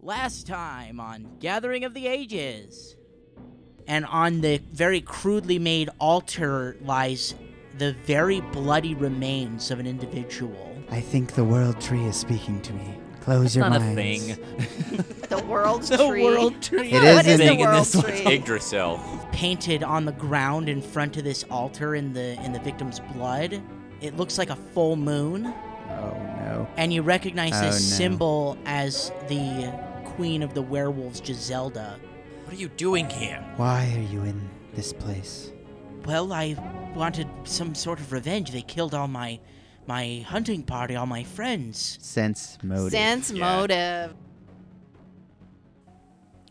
last time on Gathering of the Ages. And on the very crudely made altar lies the very bloody remains of an individual. I think the world tree is speaking to me. Close your not minds. a thing. The world The tree. world tree. It What is is a the thing in world this one. tree? Yggdrasil. painted on the ground in front of this altar in the in the victim's blood. It looks like a full moon, Oh no. and you recognize Oh, this no. symbol as the queen of the werewolves, Giselda. What are you doing here? Why are you in this place? Well, I wanted some sort of revenge. They killed all my my hunting party, all my friends. Sense motive. Sense Yeah. motive.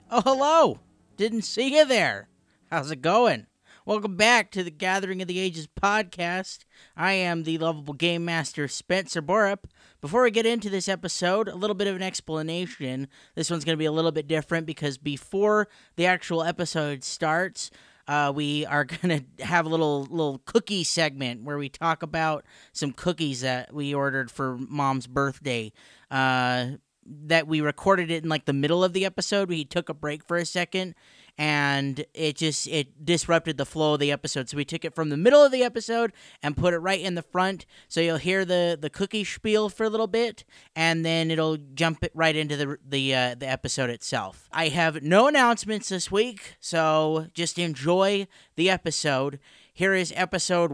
Oh, hello. Didn't see you there. How's it going? Welcome back to the Gathering of the Ages podcast. I am the lovable game master Spencer Borup. Before we get into this episode, a little bit of an explanation. This one's going to be a little bit different because before the actual episode starts, uh, we are going to have a little little cookie segment where we talk about some cookies that we ordered for mom's birthday. Uh, that we recorded it in like the middle of the episode. We took a break for a second and it just it disrupted the flow of the episode. So we took it from the middle of the episode and put it right in the front. So you'll hear the the cookie spiel for a little bit and then it'll jump it right into the the uh, the episode itself. I have no announcements this week, so just enjoy the episode. Here is episode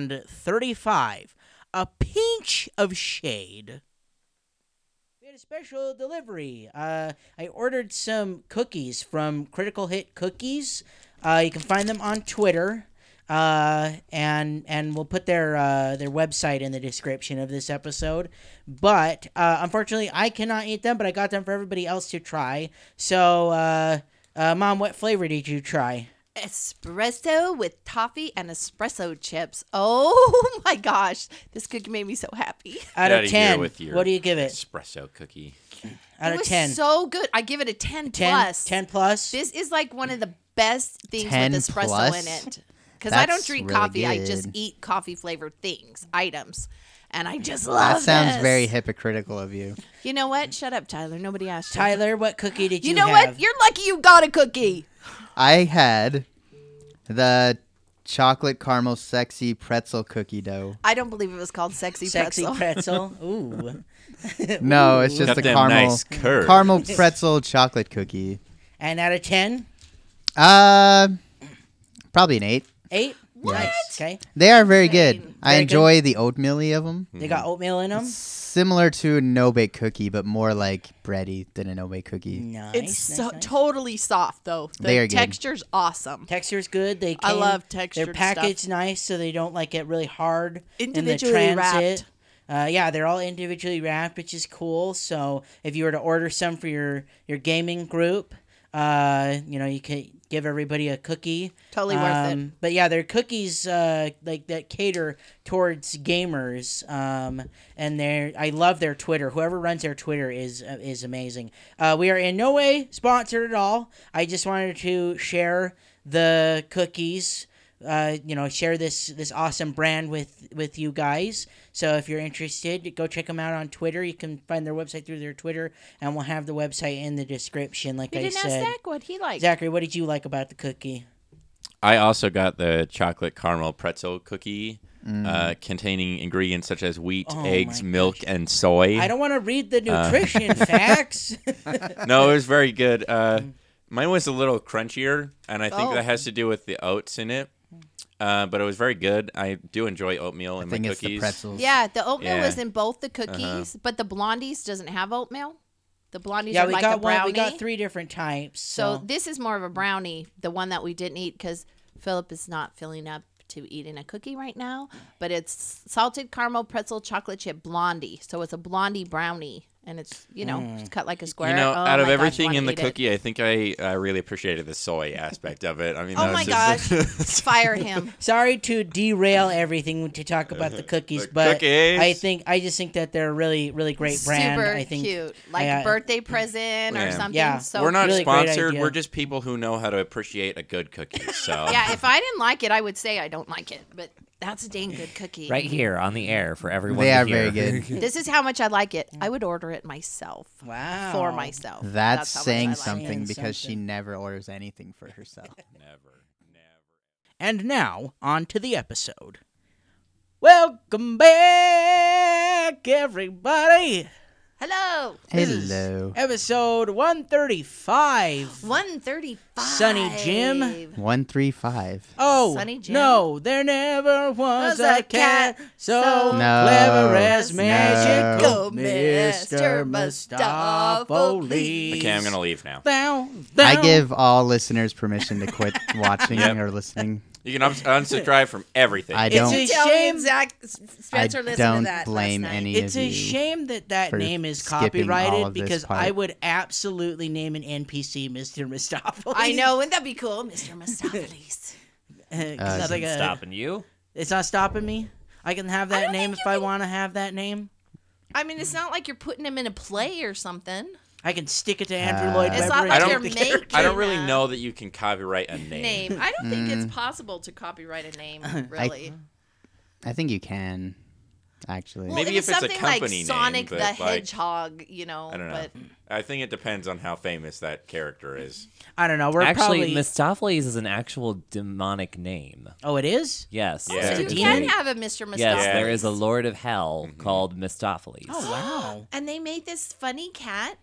135. A pinch of shade. We had a special delivery. Uh, I ordered some cookies from Critical Hit Cookies. Uh, you can find them on Twitter, uh, and and we'll put their uh, their website in the description of this episode. But uh, unfortunately, I cannot eat them. But I got them for everybody else to try. So, uh, uh, mom, what flavor did you try? Espresso with toffee and espresso chips. Oh my gosh. This cookie made me so happy. Out Get of outta here ten, with your what do you give it? Espresso cookie. Out it of was ten. so good. I give it a 10, 10 plus. 10 plus. This is like one of the best things 10 with espresso plus? in it. Because I don't That's drink really coffee. I just good. eat coffee flavored things, items. And I just love That sounds this. very hypocritical of you. You know what? Shut up, Tyler. Nobody asked you. Tyler, what cookie did you, You know have? what? You're lucky you got a cookie. I had the chocolate caramel sexy pretzel cookie dough. I don't believe it was called sexy, Sexy pretzel. pretzel. Ooh. No, it's just Got a them caramel nice Mm. curves. caramel pretzel chocolate cookie. And out of 10, Uh probably an 8. 8? What? Okay. They are very good. I Very good. enjoy the oatmeal of them. They got oatmeal in them? Similar to a no bake cookie, but more like bready than a no bake cookie. Nice. It's nice, so, nice. totally soft though. The They are good. texture's awesome. Texture's good. They I came- love textured They're stuff. packaged nice, so they don't like get really hard Individually in the wrapped. transit. Uh, yeah, they're all individually wrapped, which is cool. So if you were to order some for your your gaming group, uh, you know you could give everybody a cookie. Um, Totally worth it. But yeah, they're cookies uh, like that cater towards gamers. Um, and they're I love their Twitter. Whoever runs their Twitter is uh, is amazing. Uh, we are in no way sponsored at all. I just wanted to share the cookies. Uh, you know, share this this awesome brand with with you guys. So if you're interested, go check them out on Twitter. You can find their website through their Twitter, and we'll have the website in the description. Like You I didn't ask said, Zach what he liked. Zachary, what did you like about the cookie? I also got the chocolate caramel pretzel cookie Mm. uh, containing ingredients such as wheat, Oh eggs, my milk, and soy. I don't want to read the nutrition facts. no, it was very good. Uh, Mm. mine was a little crunchier, and I think Oh. that has to do with the oats in it. Uh, but it was very good. I do enjoy oatmeal in I my think cookies. it's the pretzels. Yeah, the oatmeal Yeah. Uh-huh. was in both the cookies, but the blondies doesn't have oatmeal. The blondies yeah, are we like got a brownie. one. We got three different types. So, So this is more of a brownie, the one that we didn't eat because Philip is not filling up to eating a cookie right now. But it's salted caramel pretzel chocolate chip blondie. So it's a blondie brownie, and it's you know Mm. it's cut like a square. You know, Oh out of my gosh, everything wanna in the eat it. cookie, I think I uh, really appreciated the soy aspect of it. I mean, Oh that my was gosh! just- Fire him. sorry to derail everything to talk about the cookies, The but cookies. I think I just think that they're a really, really great brand. Super I think cute, like I, uh, birthday present or Yeah. something. Yeah. So we're not Really great sponsored. idea. We're just people who know how to appreciate a good cookie. So yeah, if I didn't like it, I would say I don't like it. But That's a dang good cookie. right here on the air for everyone. They to are hear. very good. This is how much I like it. I would order it myself. Wow. For myself. That's, how much I saying like it. something Saying because she something. never orders anything for herself. Never, never. And now, on to the episode. Welcome back, everybody. Hello. This is Hello. Episode 135. 135. Sunny Jim. One three five. Oh, Sonny Jim. no, there never was, a cat so so No, clever as no. magical, Go, Mr. Mr. Mustafoli. Okay, I'm gonna leave now. Thou, I Oh, thou- give all listeners permission to quit watching Yep. or listening. You can uns- unsubscribe from everything. I It's don't. a Tell shame. me, Zach, S- Spencer, I listened don't to that blame last night. any It's of a you. shame that that for name is skipping all copyrighted of this because part. I would absolutely name an NPC Mr. Mistopheles. I know, wouldn't that be cool, Mr. Mistopheles? 'Cause Uh, I think, uh, Stopping you. It's not stopping me. I can have that don't name think if you I can- want to have that name. I mean, it's not like you're putting him in a play or something. I can stick it to Andrew Uh, Lloyd It's Webber. not and like take you're the character. making. I don't really a know that you can copyright a name. Name. I don't think Mm. it's possible to copyright a name, really. I think you can, actually. well, Maybe if it's if it's a something like company name, Sonic but, the like, Hedgehog, you know. I don't know. But I think it depends on how famous that character is. I don't know. We're Actually, probably. Mistopheles is an actual demonic name. oh, it is. Yes. Yeah, so it's it's you a can demon- have a Mr. Mistopheles. Yes, there is a Lord of Hell called Mistopheles. Oh wow. And they made this funny cat,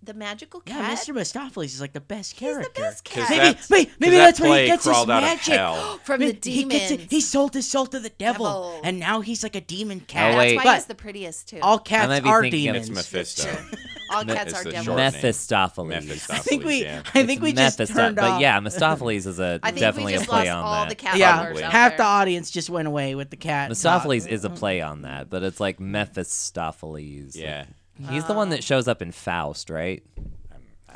the magical Yeah, cat. Mr. Mistopheles is like the best He's character. the best 'Cause cat. Maybe, That's- wait, maybe that that's where plague he gets his crawled out of magic hell. From the Maybe He, gets it, demons. he sold his soul to the devil, Devil. and now he's like a demon cat. That's Oh, wait. why But he's the prettiest too. all I might cats be are thinking it's demons. It's Mephisto. All Me- cats it's are the devil. short name. Mephistopheles. I Mephistopheles. think we, yeah. I think It's we just Mephisto- turned But off. yeah, Mistopheles is a I think definitely we just a play lost on all that. the cat Yeah, lovers out half the there. audience just went away with the cat. Mistopheles is a play on that, but it's like Mephistopheles. Yeah. He's the one that shows up in Faust, right?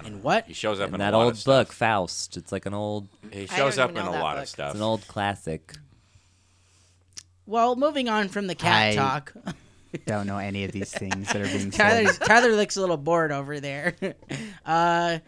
And what? He shows up in, In a that lot old of book, Faust. It's like an old, Stuff. He I shows don't up in even a know that lot book. of it's stuff. an old classic. Well, moving on from the cat I- talk. don't know any of these things that are being said. Tyler's, Tyler looks a little bored over there. Uh,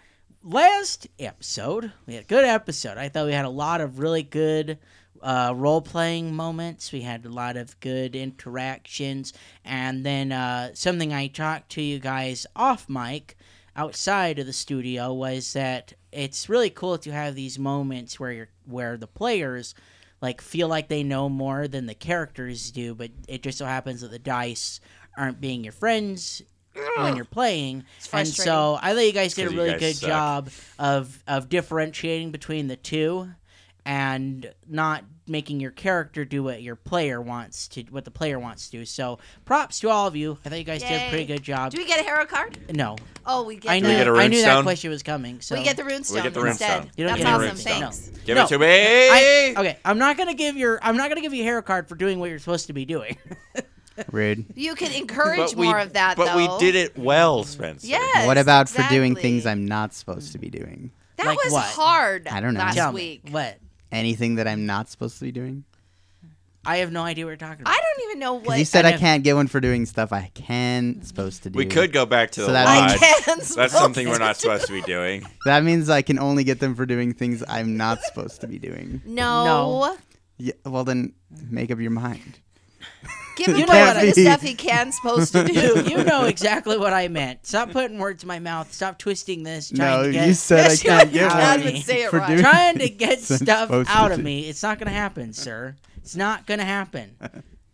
last episode, we had a good episode. I thought we had a lot of really good uh, role playing moments. We had a lot of good interactions. And then uh, something I talked to you guys off mic outside of the studio was that it's really cool to have these moments where you're, where the players like feel like they know more than the characters do, but it just so happens that the dice aren't being your friends when you're playing. And frustrating. so I thought you guys did a 'Cause you really guys good suck. job of of differentiating between the two and not making your character do what your player wants to what the player wants to do. So props to all of you. I thought you guys did a Yay. pretty good job. Do we get a hero card? no. Oh, we get. I the- knew, we get a I knew that runestone? question was coming. So We get the runestone We get the instead. runestone. You don't That's get the awesome. runestone. Thanks. Give No. it to me. I, okay, I'm not gonna give your I'm not gonna give you a hero card for doing what you're supposed to be doing. Rude. You can encourage But we- more of that. But though. we did it well, Spencer. Yes. what about for doing exactly. things I'm not supposed to be doing? That Like was what? hard. I don't know. Last Tell week. me what Anything that I'm not supposed to be doing? I have no idea what you're talking about. I don't even know what. Because you said I, know. can't get one for doing stuff I can supposed to do. We could go back to So the that lodge. I can. That's something we're not supposed to be doing. That means I can only get them for doing things I'm not supposed to be doing. No. No. Yeah, well, then make up your mind. Give him You know more what for the I- stuff he can supposed to do. you know exactly what I meant. Stop putting words in my mouth. Stop twisting this. Trying No, to get, you said I Yes, you can't would. get I one would say it for right. doing. trying to get things I'm stuff supposed to out of do. me. It's not gonna happen, sir. It's not gonna happen.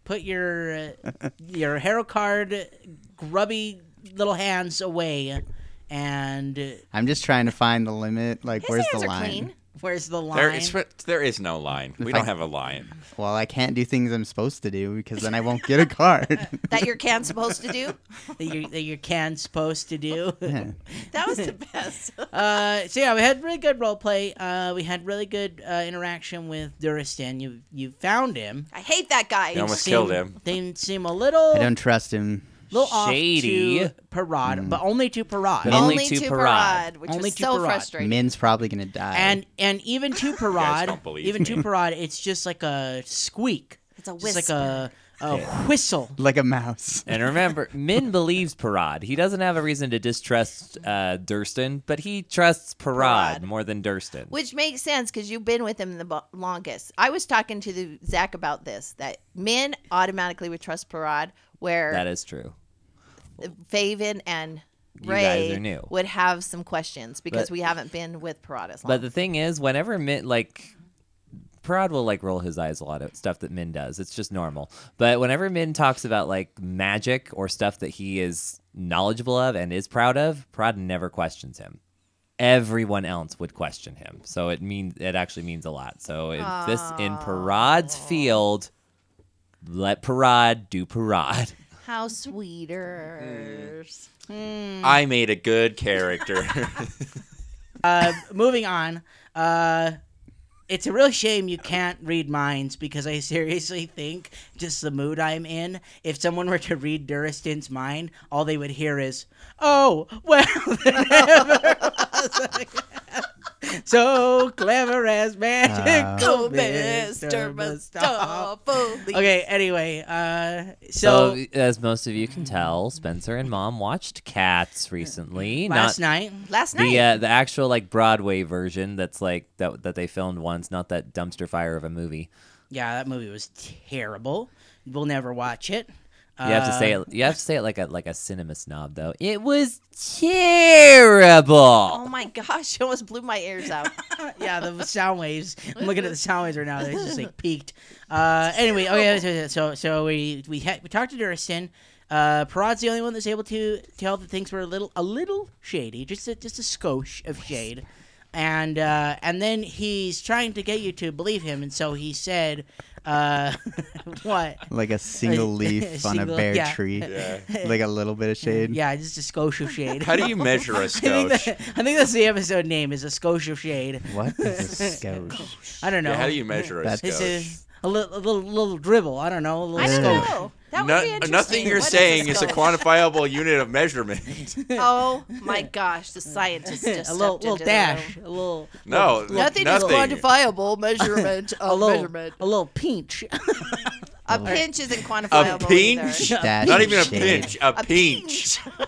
Put your uh, your hero card grubby little hands away, and uh, I'm just trying to find the limit. Like, His where's the hands are line? clean. where's the line? There is, there is no line. We don't have a line. Well, I can't do things I'm supposed to do because then I won't get a card. That your can supposed to do. that you that your can's supposed to do. Yeah. That was the best. Uh, so yeah, we had really good role play. Uh, we had really good uh, interaction with Duristan. You you found him. I hate that guy. You almost killed him. They seem a little I don't trust him. little Shady. off to Parad, Mm. but only to Parad. But only to to Parad. which Only is to so Parad. frustrating. Min's probably gonna die. and and even to Parad, don't believe even me. to Parad, it's just like a squeak. It's a Just like a a whistle. like a mouse. And remember, Min believes Parad. He doesn't have a reason to distrust uh, Durston, but he trusts Parad Parad. more than Durston. Which makes sense because you've been with him the bo- longest. I was talking to the, Zach about this that men automatically would trust Parad, where that is true. Faven and You guys Ray are new. would have some questions because But- we haven't been with Parad as long. But the thing is, whenever Min like Parad will like roll his eyes a lot at stuff that Min does. It's just normal. But whenever Min talks about like magic or stuff that he is knowledgeable of and is proud of, Parad never questions him. Everyone else would question him. So it means it actually means a lot. So if this in Parad's field, let Parad do Parad. How sweeters. Hmm. I made a good character. Uh, moving on. Uh, it's a real shame you can't read minds because I seriously think just the mood I'm in. If someone were to read Duriston's mind, all they would hear is, "Oh, well." so clever as Ah. magic, Go, Mr. Oh, Mustafa. Okay. Anyway, uh, so, So, as most of you can tell, Spencer and Mom watched Cats recently. last not, night, Last night. the uh, the actual like Broadway version that's like that that they filmed once, not that dumpster fire of a movie. yeah, that movie was terrible. We'll never watch it. You have to say it. You have to say it like a like a cinema snob though. It was terrible. oh my gosh, it almost blew my ears out. Uh, yeah, the sound waves. I'm looking at the sound waves right now. They just like peaked. Uh, anyway, okay, so- so so we we ha- we talked to Duristan. Uh, Parad's the only one that's able to tell that things were a little a little shady, just a, just a skosh of shade. And uh, and then he's trying to get you to believe him, and so he said, uh, "What? Like a single leaf on a Single- bare yeah. tree. Yeah. Like a little bit of shade. Yeah, just a skosh of shade." How do you measure a I think, scotch? that, I think that's the episode name is a skosh of shade. What is a skosh? I don't know. Yeah, how do you measure a That's- It's scotch? a, a little, a little, little dribble. I don't know. A little I don't skosh. know. That would No- be interesting. nothing you're What is saying is a skull? quantifiable unit of measurement. Oh my gosh, the scientist just a little, little stepped into the room. dash, a little, No, Nothing, is quantifiable measurement a of little, Oh, measurement. a little pinch. A pinch isn't quantifiable. A pinch? Either. Dash Not even a shade. pinch. A, A pinch. pinch.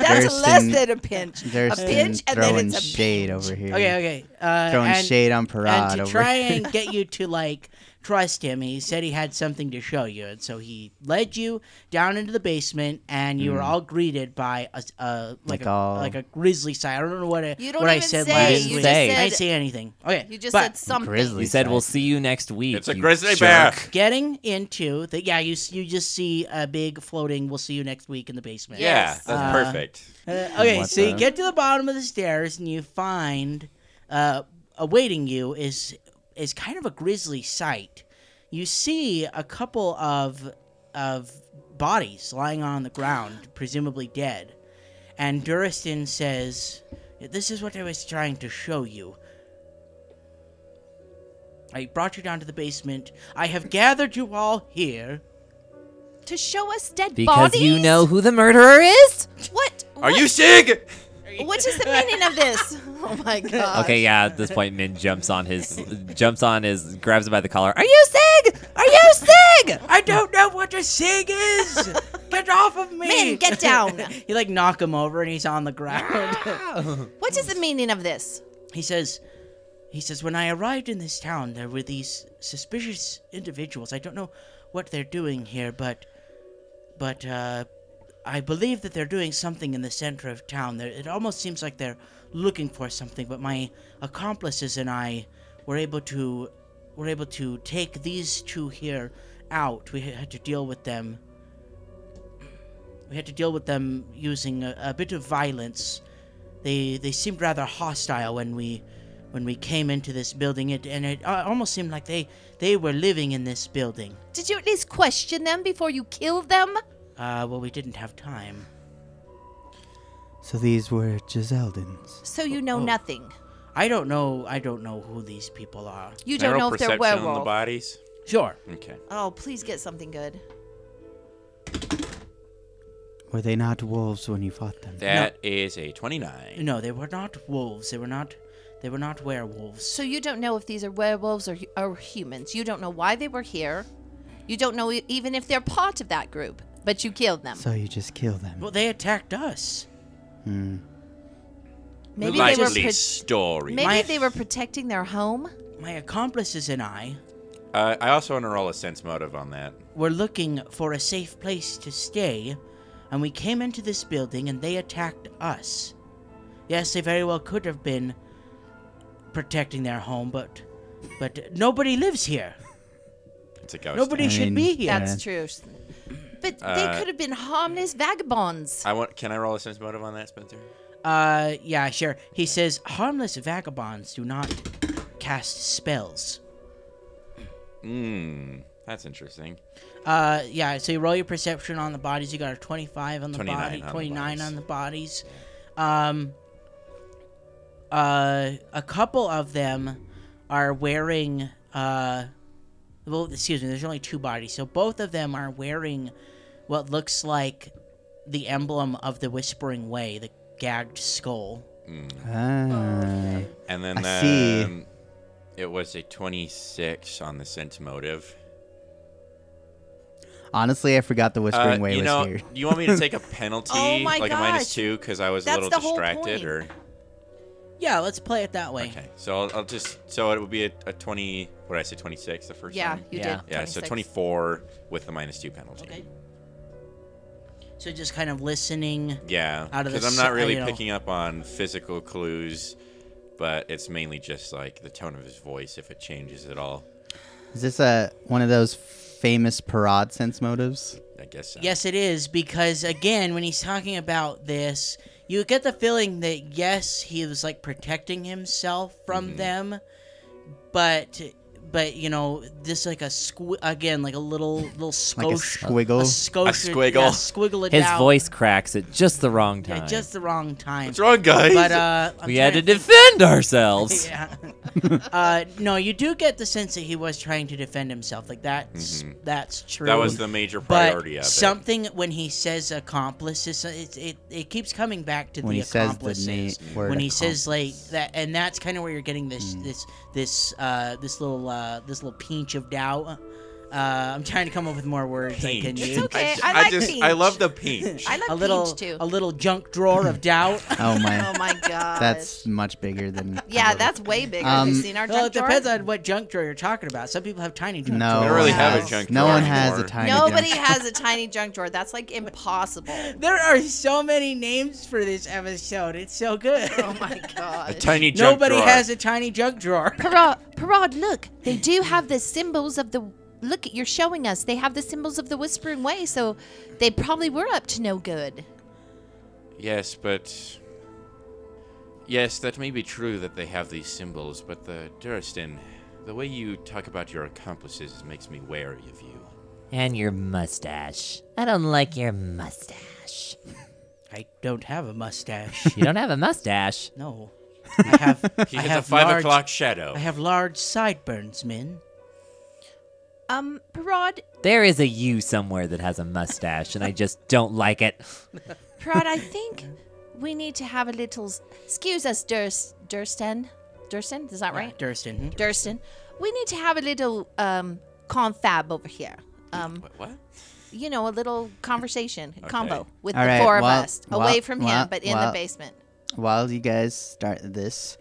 That's Thurston- less than a pinch. A Thurston pinch and throwing then it's a shade pinch. over here. Okay, okay. Uh, Throwing and, shade on Parad And to over try and get you to like trust him, he said he had something to show you, and so he led you down into the basement, and you were all greeted by a, s- a- like, Mm. Like a all- like a grizzly sight. I don't know what I, You don't what I even said say, last you week. just Say. I didn't said- say anything. Okay, You just but said something. Grizzly. You said side. we'll see you next week. It's a you grizzly bear. jerk. Getting into the yeah, you s- you just see a big floating. We'll see you next week in the basement. Yeah, Yes. that's perfect. Uh, okay, What so you the- get to the bottom of the stairs and you find uh, awaiting you is is kind of a grisly sight. You see a couple of of bodies lying on the ground, presumably dead. And Duristan says, "This is what I was trying to show you. I brought you down to the basement. I have gathered you all here." To show us dead Because bodies? you know who the murderer is. What? Are what- you Sig? What is the meaning of this? Oh my god. Okay, yeah. At this point, Min jumps on his jumps on his grabs him by the collar. Are you Sig? Are you Sig? I don't know what a sig is. get off of me. Min, get down. you like knock him over and he's on the ground. What is the meaning of this? he says he says when I arrived in this town there were these suspicious individuals. I don't know what they're doing here, but but uh I believe that they're doing something in the center of town. There it almost seems like they're looking for something, but my accomplices and I were able to were able to take these two here out. We had to deal with them we had to deal with them using a, a bit of violence. They they seemed rather hostile when we when we came into this building. It and it uh, almost seemed like they they were living in this building. Did you at least question them before you killed them? Uh, well, we didn't have time. So these were Gisaldins. So you know Oh. nothing. I don't know. I don't know who these people are. You don't know if they're perception on the werewolf. bodies. Sure. Okay. Oh, please get something good. Were they not wolves when you fought them? that is a 29. No, they were not wolves. They were not. They were not werewolves. So you don't know if these are werewolves or, or humans. You don't know why they were here. You don't know e- even if they're part of that group, but you killed them. So you just kill them. Well, they attacked us. maybe they Likely were pro- story. maybe My- they were protecting their home. My accomplices and I Uh, I also want to roll a sense motive on that. were looking for a safe place to stay, and we came into this building and they attacked us. Yes, they very well could have been protecting their home, but but nobody lives here. It's a ghost. Nobody I should mean, be here. That's true. But Uh, they could have been harmless vagabonds. I want. Can I roll a sense motive on that, Spencer? Uh, yeah, sure. He says harmless vagabonds do not cast spells. Mmm, that's interesting. Uh, yeah. So you roll your perception on the bodies. You got a twenty-five on the 29 body, on the twenty-nine bodies. on the bodies. Um, uh, a couple of them are wearing uh, well, excuse me. There's only two bodies, so both of them are wearing what looks like the emblem of the Whispering Way, the gagged skull. Ah. And then I see. um, it was a 26 on the sense motive. Honestly, I forgot the Uh, Whispering Way you was know, here. you want me to take a penalty, Oh my like a minus gosh. two, because I was That's a little the whole distracted, point. or Yeah, let's play it that way. okay. So I'll, I'll just so it would be a, a 20. What did I say? 26 the first yeah, time. you Yeah. did. Yeah, so 26. 24 with the minus two penalty. Okay. So just kind of listening. Yeah, Out of the because I'm not si- really you know. picking up on physical clues, but it's mainly just like the tone of his voice, if it changes at all. Is this a one of those famous parade sense motives? I guess. So. Yes, it is because again, when he's talking about this, you get the feeling that yes, he was like protecting himself from Mm-hmm. them, but but you know, this like a squ- again like a little little Like skosh, a squiggle? a skosh, A squiggle. yeah, squiggle it His out. voice cracks at just the wrong time. yeah, just the wrong time. What's wrong, guys? But uh, I'm we had to trying defend ourselves. Yeah. uh, no, you do get the sense that he was trying to defend himself. Like that's that's true. Mm-hmm. that was the major but priority of it. something when he says accomplices, it, it it keeps coming back to When the he says the accomplices. na- word Hmm. when he says like that, and that's kind of where you're getting this this this uh, this little uh, this little pinch of doubt. Uh, I'm trying to come up with more words I can Pinch. use. It's okay, ju- I like just peach. I love the pinch. I like A little peach too. a little junk drawer of doubt. Oh my, oh my god. that's much bigger than. yeah, that's way bigger. Um, Have you seen our well, junk it depends drawer? on what junk drawer you're talking about. Some people have tiny junk No, drawers. I don't really No. have a junk no drawer one has a anymore. tiny. Nobody junk. has a tiny junk drawer. That's like impossible. There are so many names for this episode. It's so good. Oh my A god. tiny junk Nobody drawer. has a tiny junk drawer. Parad, Parad, look. They do have the symbols of the. Look, you're showing us. They have the symbols of the Whispering Way, so they probably were up to no good. Yes, but yes, that may be true that they have these symbols, but the Duristan, the way you talk about your accomplices makes me wary of you. And your mustache. I don't like your mustache. I don't have a mustache. You don't have a mustache. No. I have He I has have a five large- o'clock shadow. I have large sideburns, men. Um, Parad, There is a you somewhere that has a mustache, and I just don't like it. Parad, I think we need to have a little. s- Excuse us, Durst, Dursten. Dursten, is that right? Durston. Durston, we need to have a little um, confab over here. Um, What? what? you know, a little conversation combo with All the right, four of well- us, well- away from well- him, but in well. the basement. While you guys start this,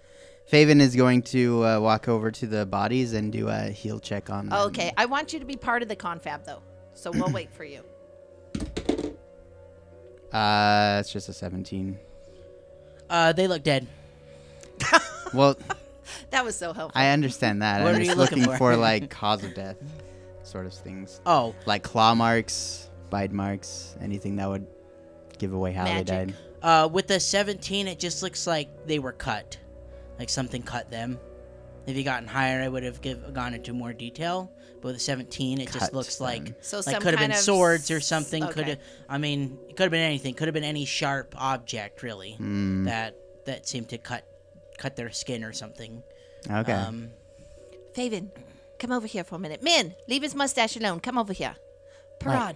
Faven is going to uh, walk over to the bodies and do a heal check on. them. Okay, I want you to be part of the confab though, so we'll wait for you. Uh, it's just a seventeen. Uh, they look dead. Well, That was so helpful. I understand that. What I'm are just you looking looking for? for like cause of death, sort of things. Oh, like claw marks, bite marks, anything that would give away how Magic. they died. uh, with the 17, it just looks like they were cut. Like something cut them. If you gotten higher, I would have give, gone into more detail. But with the 17, it just Cut looks like So like some could have kind been of swords or s- something. Could have, okay. I mean, it could have been anything. Could have been any sharp object, really, that that seemed to cut cut their skin or something. Okay. Um, Faven, come over here for a minute. Min, leave his mustache alone. Come over here. Parad,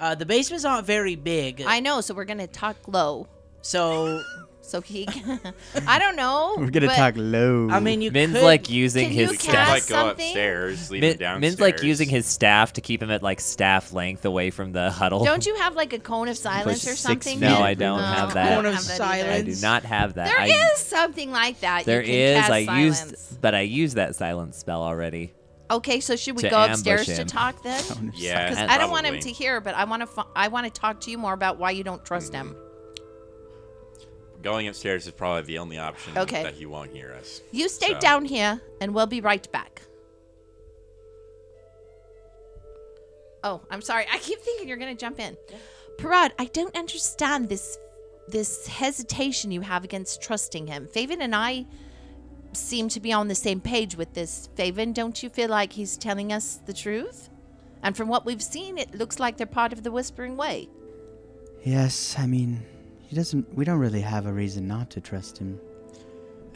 uh, the basement's not very big, I know, so we're gonna talk low. so So he, can, I don't know. We're gonna but talk low. Hmm. I mean, you Min's could, like using Can his you staff. cast- like go something? upstairs, leave Min- him downstairs. Min's like using his staff to keep him at like staff length away from the huddle. Don't you have like a cone of silence or six something? feet. No, I don't have that. Cone of have that either. I silence. do not have that. There I, is something like that. There you can is. Cast I silence. used, but I used that silence spell already. Okay, so should we to go upstairs ambush to him. talk then? Yeah, Because I don't want him to hear, but I want to. Fu- I want to talk to you more about why you don't trust him. Going upstairs is probably the only option Okay. that he won't hear us. You stay So- down here, and we'll be right back. Oh, I'm sorry. I keep thinking you're gonna jump in, Parad. I don't understand this this hesitation you have against trusting him. Faven and I seem to be on the same page with this. Faven, don't you feel like he's telling us the truth? And from what we've seen, it looks like they're part of the Whispering Way. yes, I mean, he doesn't. We don't really have a reason not to trust him.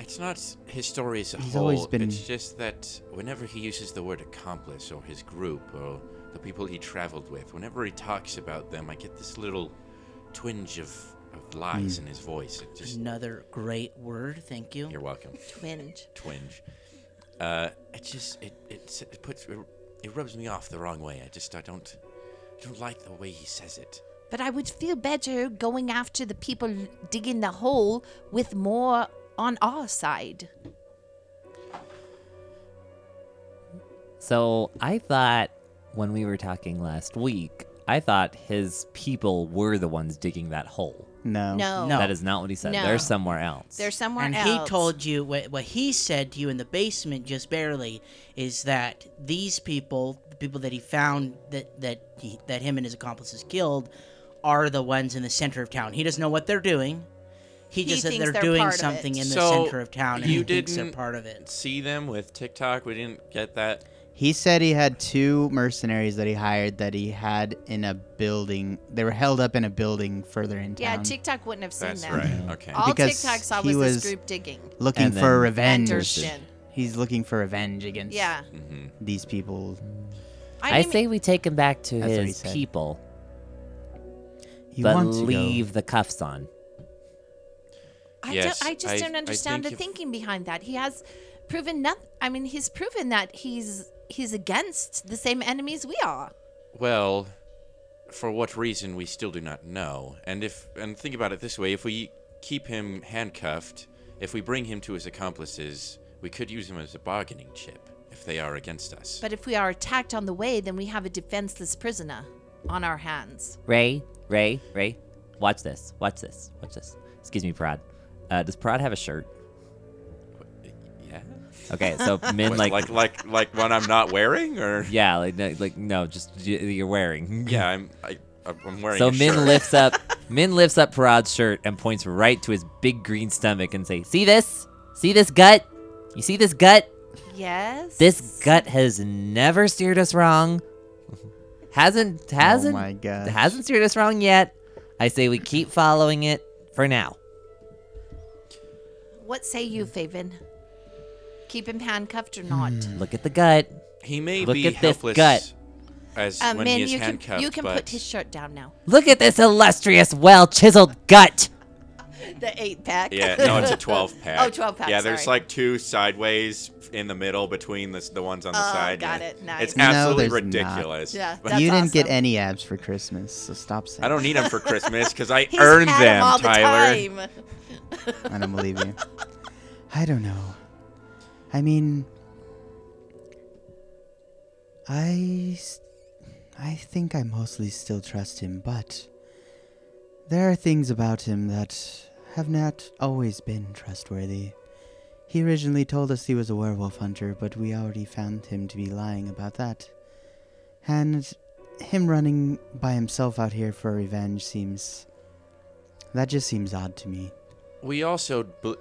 It's not s- his story as a He's whole. always been- It's just that whenever he uses the word accomplice or his group or the people he traveled with, whenever he talks about them, I get this little twinge of, of lies Hmm. in his voice. It just Another great word. Thank you. you're welcome. Twinge. twinge. Uh, it just it it, s- it puts it, it rubs me off the wrong way. I just I don't I don't like the way he says it. But I would feel better going after the people digging the hole with more on our side. So I thought when we were talking last week, I thought his people were the ones digging that hole. No. No. No. That is not what he said. No. They're somewhere else. They're somewhere and else. he told you what, what he said to you in the basement just barely is that these people the people that he found that that he, that him and his accomplices killed are the ones in the center of town he doesn't know what they're doing he, He just said thinks they're, they're doing part of something it. in the So, center of town and you he thinks they're didn't- part of it See them with TikTok. We didn't get that. He said he had two mercenaries that he hired that he had in a building. They were held up in a building further in Yeah, town. TikTok wouldn't have seen That's that. right. Okay. All Because TikTok saw he was, was- this group digging. looking And for then- revenge. Anderson. He's looking for revenge against Yeah. hmm these people. I, didn't say we take him back to That's what he his said. people, He but wants to go- leave the cuffs on. I, Yes, don't, I just I- don't I understand think the if- thinking behind that. He has proven nothing. I mean, he's proven that he's he's against the same enemies we are. Well, for what reason we still do not know. And if and think about it this way: if we keep him handcuffed, if we bring him to his accomplices, we could use him as a bargaining chip if they are against us. But if we are attacked on the way, then we have a defenseless prisoner on our hands. Ray, Ray, Ray, watch this. Watch this. Watch this. Excuse me, Prod. Uh, does Prod have a shirt? yeah. Okay, so Min What, like, like like like one I'm not wearing, or yeah, like no, like no, just y- you're wearing. yeah, I'm I, I'm wearing. So a Min shirt. lifts up, Min lifts up Parad's shirt and points right to his big green stomach and say, "See this? See this gut? You see this gut? Yes. This gut has never steered us wrong. Hasn't hasn't Oh my gosh. hasn't steered us wrong yet. I say we keep following it for now. What say you, Mm. Faven? Keep him handcuffed Hmm. or not? Look at the gut. He may Look be at this helpless gut. as Uh, when Min, he is you can handcuffed. you can but put his shirt down now. Look at this illustrious, well-chiseled gut." The eight pack. yeah, no, it's a 12 pack. Oh, 12 pack, Yeah, there's sorry. like two sideways in the middle between the, the ones on the Oh, side. got yeah. it, nice. It's No, absolutely there's not. ridiculous. Yeah, But that's you didn't get awesome. any abs for Christmas, so stop saying. I don't need them for Christmas because I He's earned had them, him all Tyler. The time. I don't believe you. I don't know. I mean, I, s- I think I mostly still trust him, but there are things about him that have not always been trustworthy. He originally told us he was a werewolf hunter, but we already found him to be lying about that. And him running by himself out here for revenge seems. That just seems odd to me. We also bel-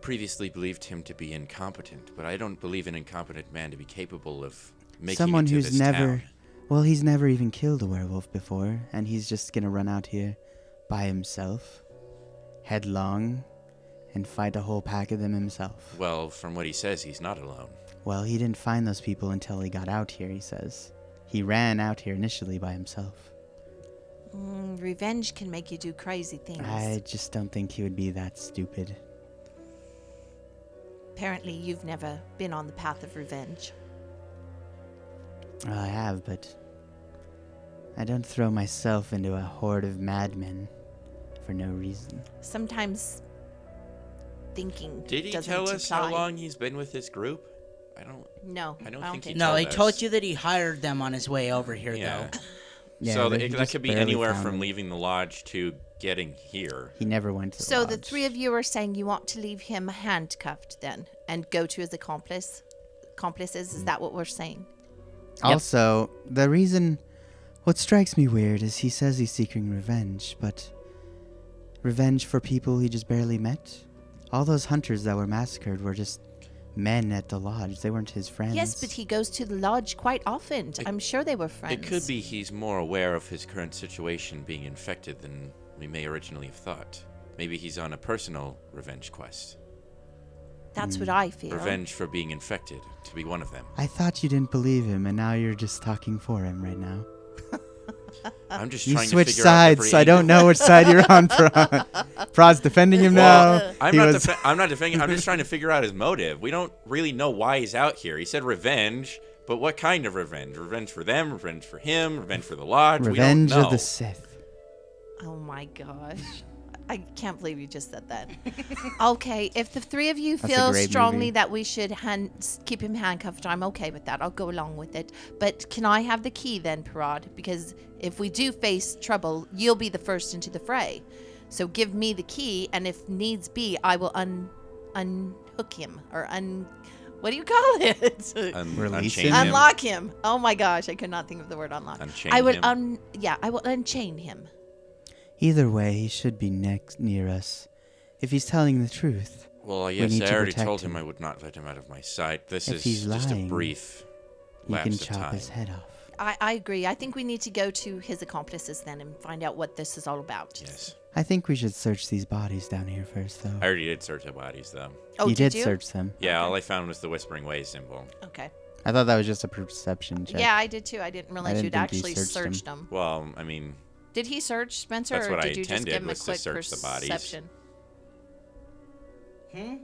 previously believed him to be incompetent, but I don't believe an incompetent man to be capable of making someone it to who's this never town. well he's never even killed a werewolf before and he's just gonna run out here by himself headlong and fight a whole pack of them himself Well, from what he says, he's not alone. well he didn't find those people until he got out here he says he ran out here initially by himself Mm, revenge can make you do crazy things. I just don't think he would be that stupid. Apparently, you've never been on the path of revenge. Well, I have, but I don't throw myself into a horde of madmen for no reason. Sometimes thinking Did he doesn't tell us how apply. long he's been with this group? I don't. No, I don't think he No, they told told us. you that he hired them on his way over here, Yeah. though. Yeah, so but that, he that just could be barely anywhere found from them. leaving the lodge to getting here. He never went to the So the lodge. three of you are saying you want to leave him handcuffed then and go to his accomplice accomplices. Mm. Is that what we're saying? Also, the reason what strikes me weird is he says he's seeking revenge, but revenge for people he just barely met? All those hunters that were massacred were just men at the lodge. They weren't his friends. Yes, but he goes to the lodge quite often. I'm sure they were friends. It could be he's more aware of his current situation being infected than we may originally have thought. Maybe he's on a personal revenge quest. That's what I feel. Revenge for being infected, to be one of them. I thought you didn't believe him, and now you're just talking for him right now. I'm just Uh, You trying switched to figure out sides, every so I don't angle. know which side you're on, Pra. Pra's defending him now. I'm He not, was- defe- I'm not defending. I'm just trying to figure out his motive. We don't really know why he's out here. He said revenge, but what kind of revenge? Revenge for them, revenge for him, revenge for the lodge. Revenge we don't know. of the Sith. Oh my gosh. I can't believe you just said that. okay, if the three of you That's a feel great strongly movie. that we should hand, s- keep him handcuffed, I'm okay with that. I'll go along with it. But can I have the key then, Parad? Because if we do face trouble, you'll be the first into the fray. So give me the key, and if needs be, I will un unhook him or un what do you call it? Un- Release unchain him? him. Unlock him. Oh my gosh, I could not think of the word unlock. Unchain I will him. un yeah, I will unchain him. Either way, he should be next near us. If he's telling the truth, Well, yes, need I to already protect told him. him I would not let him out of my sight. This If is he's just lying, a brief you lapse can of chop time. his head off. I, I agree. I think we need to go to his accomplices then and find out what this is all about. Yes, I think we should search these bodies down here first, though. I already did search the bodies, though. Oh, you did, did you? search them. Yeah, all I found was the Whispering Way symbol. Okay. I thought that was just a perception check. Yeah, I did too. I didn't realize didn't you'd think he actually searched them. searched them. Well, I mean, Did he search Spencer, That's or what I did you just intended, give him a was to quick search the bodies. perception? I-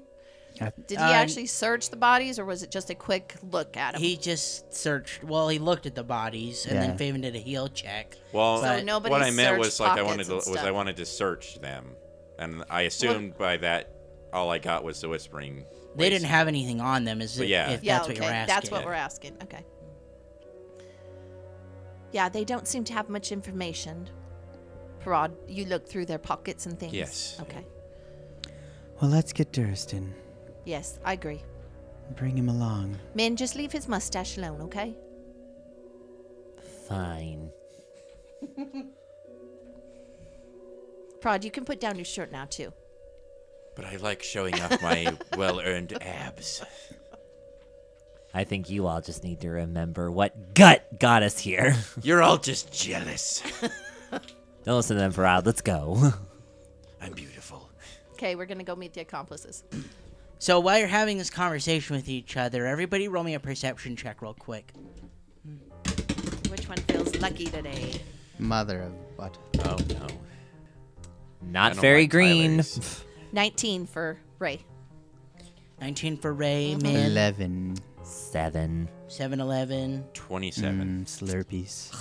Did he Uh, actually search the bodies, or was it just a quick look at him? He just searched. Well, he looked at the bodies, and Yeah. then Faven did a heel check. well, So nobody what I meant searched was like I wanted pockets to, was and I stuff. wanted to search them, and I assumed by that all I got was the Whispering. They Way didn't symbol. have anything on them. Is Well, it- yeah. if yeah, that's okay. what you're asking. That's what we're asking. Okay. Yeah, they don't seem to have much information. Parad, you looked through their pockets and things. Yes. Okay. well, let's get Duristan. Yes, I agree. Bring him along. Men, just leave his mustache alone, okay? Fine. Prod, you can put down your shirt now too. But I like showing off my well-earned abs. I think you all just need to remember what gut got us here. You're all just jealous. Don't listen to them, Parad. Let's go. I'm beautiful. Okay, we're gonna go meet the accomplices. So while you're having this conversation with each other, everybody roll me a perception check real quick. Which one feels lucky today? Mother of what? Oh no. Not I don't very like green. Tyler's. Nineteen for Ray. 19 for Ray, Mm-hmm. Min, Eleven. Seven. 7 Eleven. Mm, Twenty-seven. Slurpees.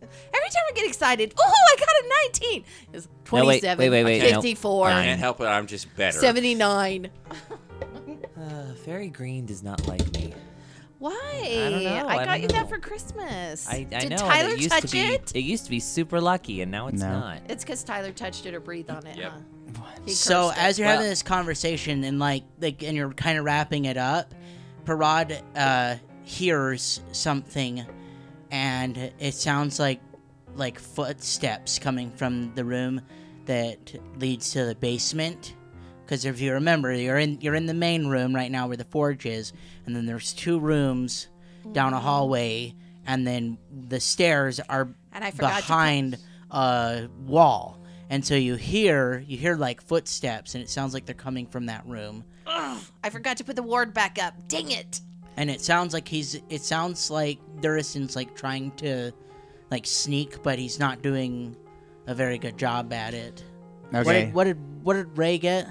Every time I get excited, oh, I got a nineteen. It's No, wait, twenty-seven, wait, wait, wait, no. 54, Nine. Can't help it. I'm just better. seventy-nine. Uh, very green does not like me. Why? I don't know, I got don't you know. that for Christmas. I, I Did know. Tyler it used touch to be, it? used to be super lucky, and now it's No. not. It's because Tyler touched it or breathed on it. Yep. Huh? What? He So cursed it. as you're having Well- this conversation and like like and you're kind of wrapping it up, Parad uh, hears something, and it sounds like like footsteps coming from the room that leads to the basement. Because if you remember, you're in you're in the main room right now where the forge is, and then there's two rooms down Mm-hmm. a hallway, and then the stairs are And I forgot to put- behind a wall. And so you hear you hear like footsteps, and it sounds like they're coming from that room. I forgot to put the ward back up. Dang it! And it sounds like he's it sounds like Durison's like trying to like sneak, but he's not doing a very good job at it. What Okay. did, what did what did Ray get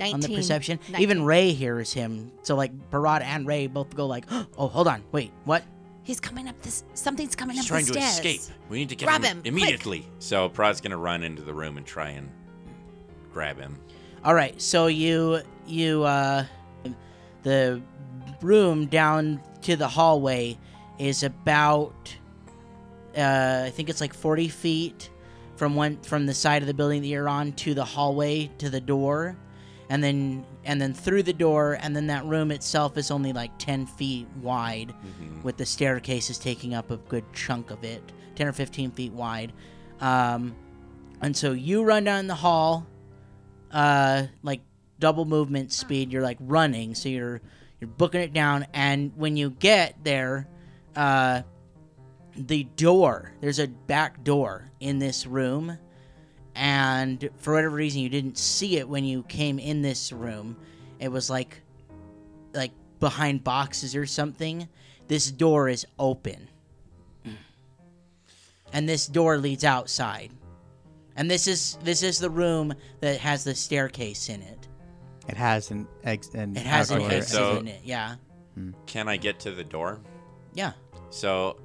19. on the perception? Even Ray hears him. So like Barad and Ray both go like, "Oh, hold on, wait, what?" He's coming up this. Something's coming He's up trying the to stairs. escape. We need to get Grab him, him, quick. immediately. So Prod's gonna run into the room and try and grab him. All right, so you you uh the room down to the hallway is about uh I think it's like 40 feet from one from the side of the building that you're on to the hallway to the door and then and then through the door and then that room itself is only like 10 feet wide with the staircases taking up a good chunk of it 10 or 15 feet wide um, and so you run down the hall uh, like double movement speed. You're like running, so you're you're booking it down. And when you get there, uh, the door there's a back door in this room, and for whatever reason you didn't see it when you came in this room. It was like like behind boxes or something. This door is open. And this door leads outside. And this is this is the room that has the staircase in it. It has an ex- an It has an outdoor Okay, exit exit. so- in it. Yeah, Can I get to the door? yeah. So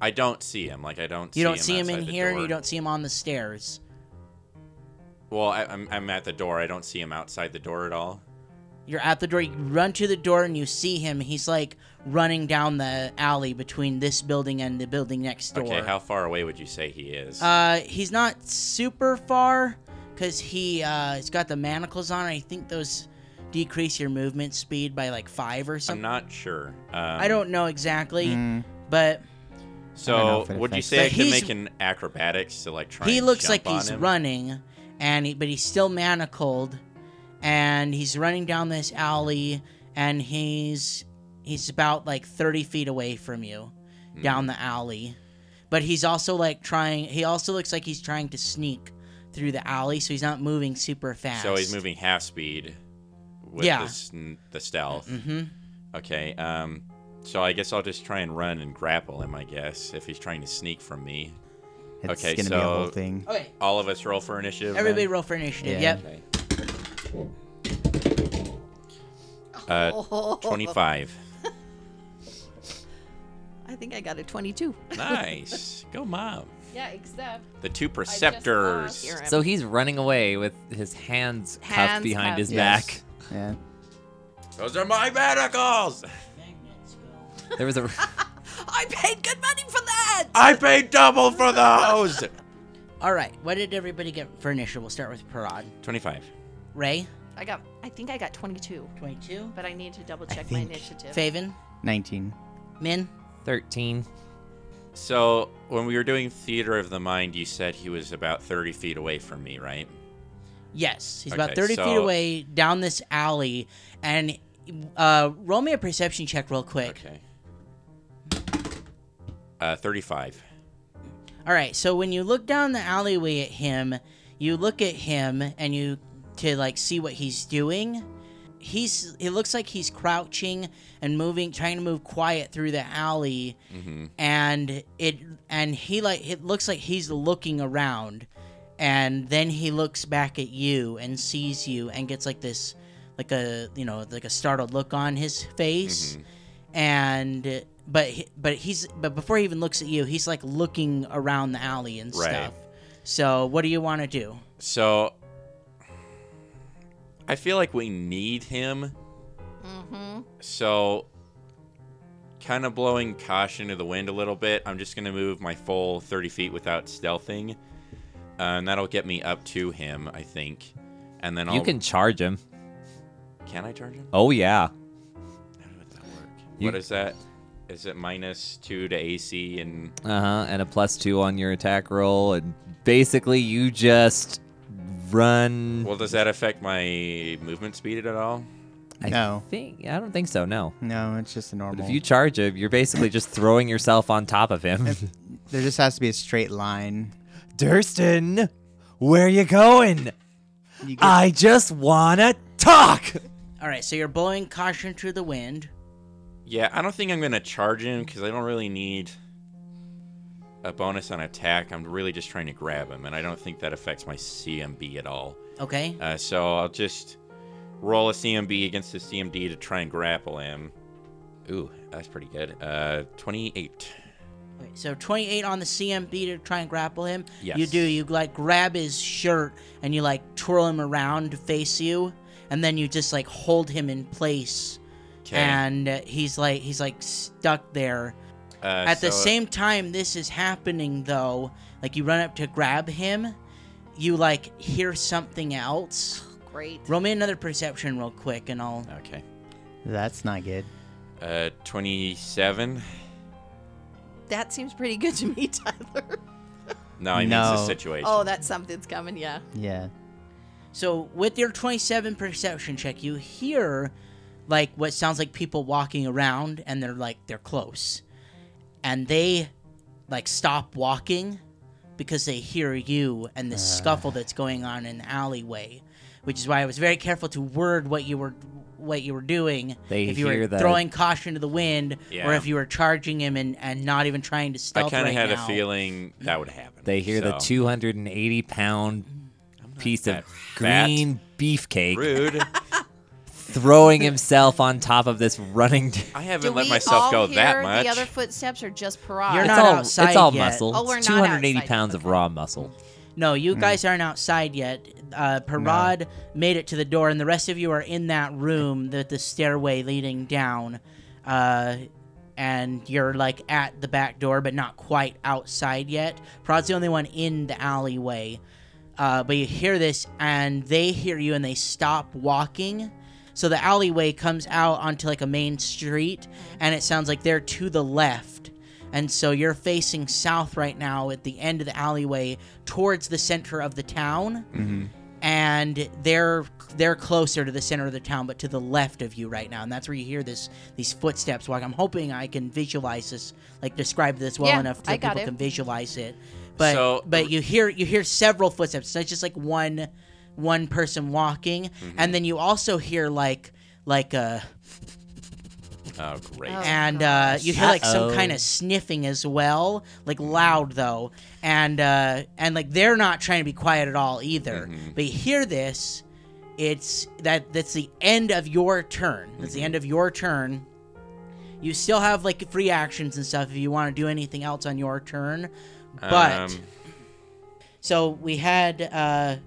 I don't see him. Like I don't. You don't see him outside in the here, and you door. don't see him on the stairs. Well, I, I'm I'm at the door. I don't see him outside the door at all. You're at the door. You run to the door, and you see him. He's like running down the alley between this building and the building next door. Okay, how far away would you say he is? Uh, he's not super far because he uh, he's got the manacles on. I think those decrease your movement speed by like five or I'm something. not sure. Um, I don't know exactly, Mm. but So I don't know if it would you affects say I it. could He's- make an acrobatics to like try? he and looks jump like on he's him? running and he, but he's still manacled and he's running down this alley and he's he's about like 30 feet away from you Hmm. down the alley but he's also like trying he also looks like he's trying to sneak through the alley so he's not moving super fast So he's moving half speed with Yeah. the, sn- the stealth. Mm-hmm. Okay. Um. So I guess I'll just try and run and grapple him. I guess if he's trying to sneak from me, It's Okay, gonna be a whole so- thing. okay all of us roll for initiative. then? everybody roll for initiative Yeah. yep Uh, twenty-five. I think I got a 22. nice. Go, mom. Yeah, except The two perceptors. So he's running away with his hands cuffed Hands behind cuffed. his Yes. Yeah. Those are my manacles. back. There was a I paid good money for that. I paid double for those. all right what did everybody get for initiative we'll start with parad Twenty-five. ray I got. I think I got 22, 22 but I need to double check my think- initiative. faven 19. min 13. So when we were doing theater of the mind, you said he was about thirty feet away from me, right? Yes, he's about Okay, 30 feet so- away down this alley. And uh, roll me a perception check real quick. Okay. Uh, 35. All right, so when you look down the alleyway at him, you look at him and you to like see what he's doing. He's it looks like he's crouching and moving, trying to move quiet through the alley, and it and he like it looks like he's looking around, and then he looks back at you and sees you and gets like this, like a you know like a startled look on his face and but he- but he's but before he even looks at you, he's like looking around the alley and Right. stuff. So what do you want to do? So I feel like we need him. So kind of blowing caution to the wind a little bit. I'm just going to move my full 30 feet without stealthing. Uh, and that'll get me up to him, I think. And then I'll. You can charge him. Can I charge him? Oh yeah. How would that work? You- What is that? Is it minus two to AC and Uh huh. And a plus two on your attack roll, and basically you just run. well? Does that affect my movement speed at all? I No. think I don't think so. No. No, it's just a normal. If you charge him, you're basically just throwing yourself on top of him. there just has to be a straight line. Durston, where you going? You get- I just wanna talk. All right, so you're blowing caution to the wind. Yeah, I don't think I'm gonna charge him because I don't really need. a bonus on attack. I'm really just trying to grab him, and I don't think that affects my CMB at all. Okay. Uh, so I'll just roll a CMB against the CMD to try and grapple him. Ooh, that's pretty good. Uh, 28. Wait, so 28 on the CMB to try and grapple him. Yes. You do. You like grab his shirt and you like twirl him around to face you, and then you just like hold him in place. 'Kay. And he's like he's like stuck there. Uh, At the so- same time this is happening though, like you run up to grab him, you like hear something else. Great. Roll me another perception real quick and I'll Okay. That's not good. Uh, 27. That seems pretty good to me, Tyler. No, I mean it's No. a situation. Oh, that's something's coming. Yeah. Yeah. So with your 27 perception check, you hear like what sounds like people walking around and they're like they're close. And they like stop walking because they hear you and Ah. the scuffle that's going on in the alleyway, which is why I was very careful to word what you were what you were doing. They if you hear were the- throwing caution to the wind Yeah. or if you were charging him and, and not even trying to I stealth kind of right had now. a feeling that would happen. They hear the so- 280 pound piece of that fat. green beefcake Rude. throwing himself on top of this running. dude. I Do haven't we let myself all go hear that much. the other footsteps or just Parag? You're it's not all outside it's all yet. muscle. Oh, we're It's not 280 outside. pounds of raw muscle. No, you guys aren't outside yet. Uh, Parad made it to the door, and the rest of you are in that room, the, the stairway leading down. Uh, and you're like at the back door, but not quite outside yet. Parad's the only one in the alleyway. Uh, but you hear this, and they hear you, and they stop walking. So the alleyway comes out onto like a main street, and it sounds like they're to the left. And so you're facing south right now at the end of the alleyway towards the center of the town. And they're they're closer to the center of the town, but to the left of you right now, and that's where you hear this these footsteps walk. I'm hoping I can visualize this, like describe this well Yeah, enough I so got people it. can visualize it. But So- but you hear you hear several footsteps. It's not just like one one person walking, Mm-hmm. and then you also hear like like a Oh, great. Oh. and uh, you hear like some Uh-oh. kind of sniffing as well, like loud though, and uh, and like they're not trying to be quiet at all either. Mm-hmm. But you hear this, it's that that's the end of your turn. That's the Mm-hmm. end of your turn. You still have like free actions and stuff if you want to do anything else on your turn, but. Um, So we had uh,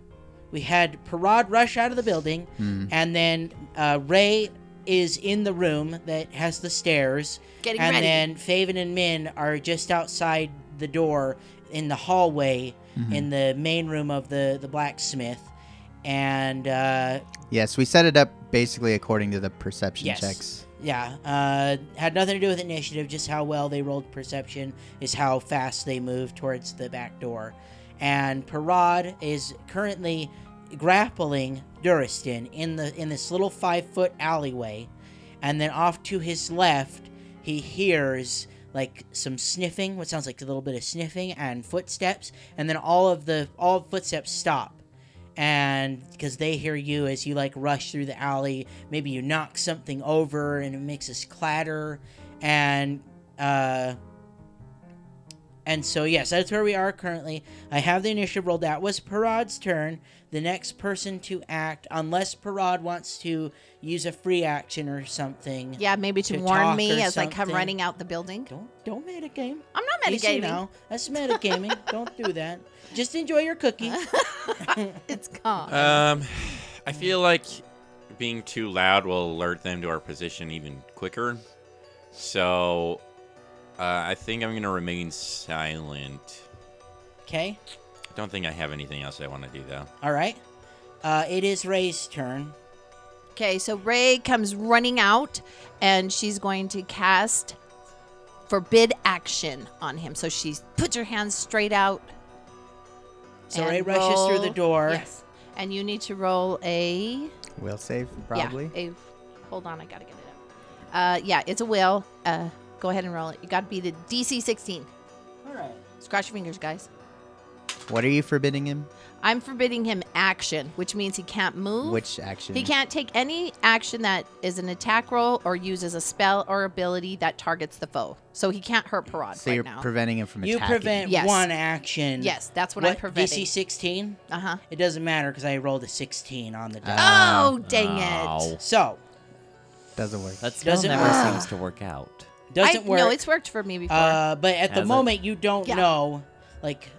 we had Parad rush out of the building, and then uh, Ray is in the room that has the stairs, Getting and ready. then Faven and Min are just outside the door in the hallway in the main room of the the blacksmith, and uh, Yes, we set it up basically according to the perception Yes. checks. yeah, uh, had nothing to do with initiative. Just how well they rolled perception is how fast they move towards the back door. And Parad is currently grappling Duristan in the in this little five foot alleyway, and then off to his left, he hears like some sniffing, what sounds like a little bit of sniffing and footsteps, and then all of the all footsteps stop and because they hear you as you like rush through the alley maybe you knock something over and it makes this clatter and uh and so yes that's where we are currently i have the initiative rolled out was parad's turn the next person to act unless parad wants to use a free action or something yeah, maybe to, to warn talk me or as I come something. running out the building. don't don't metagame I'm not Easy mitigating. now. That's metagaming. Don't do that. Just enjoy your cookie. It's calm. Uh, Um, I feel like being too loud will alert them to our position even quicker. So, uh, I think I'm gonna remain silent. Okay. I don't think I have anything else I want to do though. All right. Uh, it is Ray's turn. Okay, so Ray comes running out and she's going to cast forbid action on him. So she puts her hands straight out. So and Ray rushes through the roll- door. Yes. And you need to roll a Will save, yeah, probably. a hold on, I gotta get it up. Uh yeah, it's a will. Uh go ahead and roll it. You gotta be the DC sixteen. All right. Scratch your fingers, guys. What are you forbidding him? I'm forbidding him action, which means he can't move. Which action? He can't take any action that is an attack roll or uses a spell or ability that targets the foe. So he can't hurt Parad So right you're now. preventing him from You attacking. prevent Yes. one action. Yes, that's what I'm preventing. DC 16? uh huh. It doesn't matter because I rolled a 16 on the die. Ah. Oh dang Ow. it! so, Doesn't work. That spell Doesn't- never Ah. seems to work out. doesn't I, work. No, it's worked for me before. uh, but at the Has it? moment, you don't Yeah. know. Like,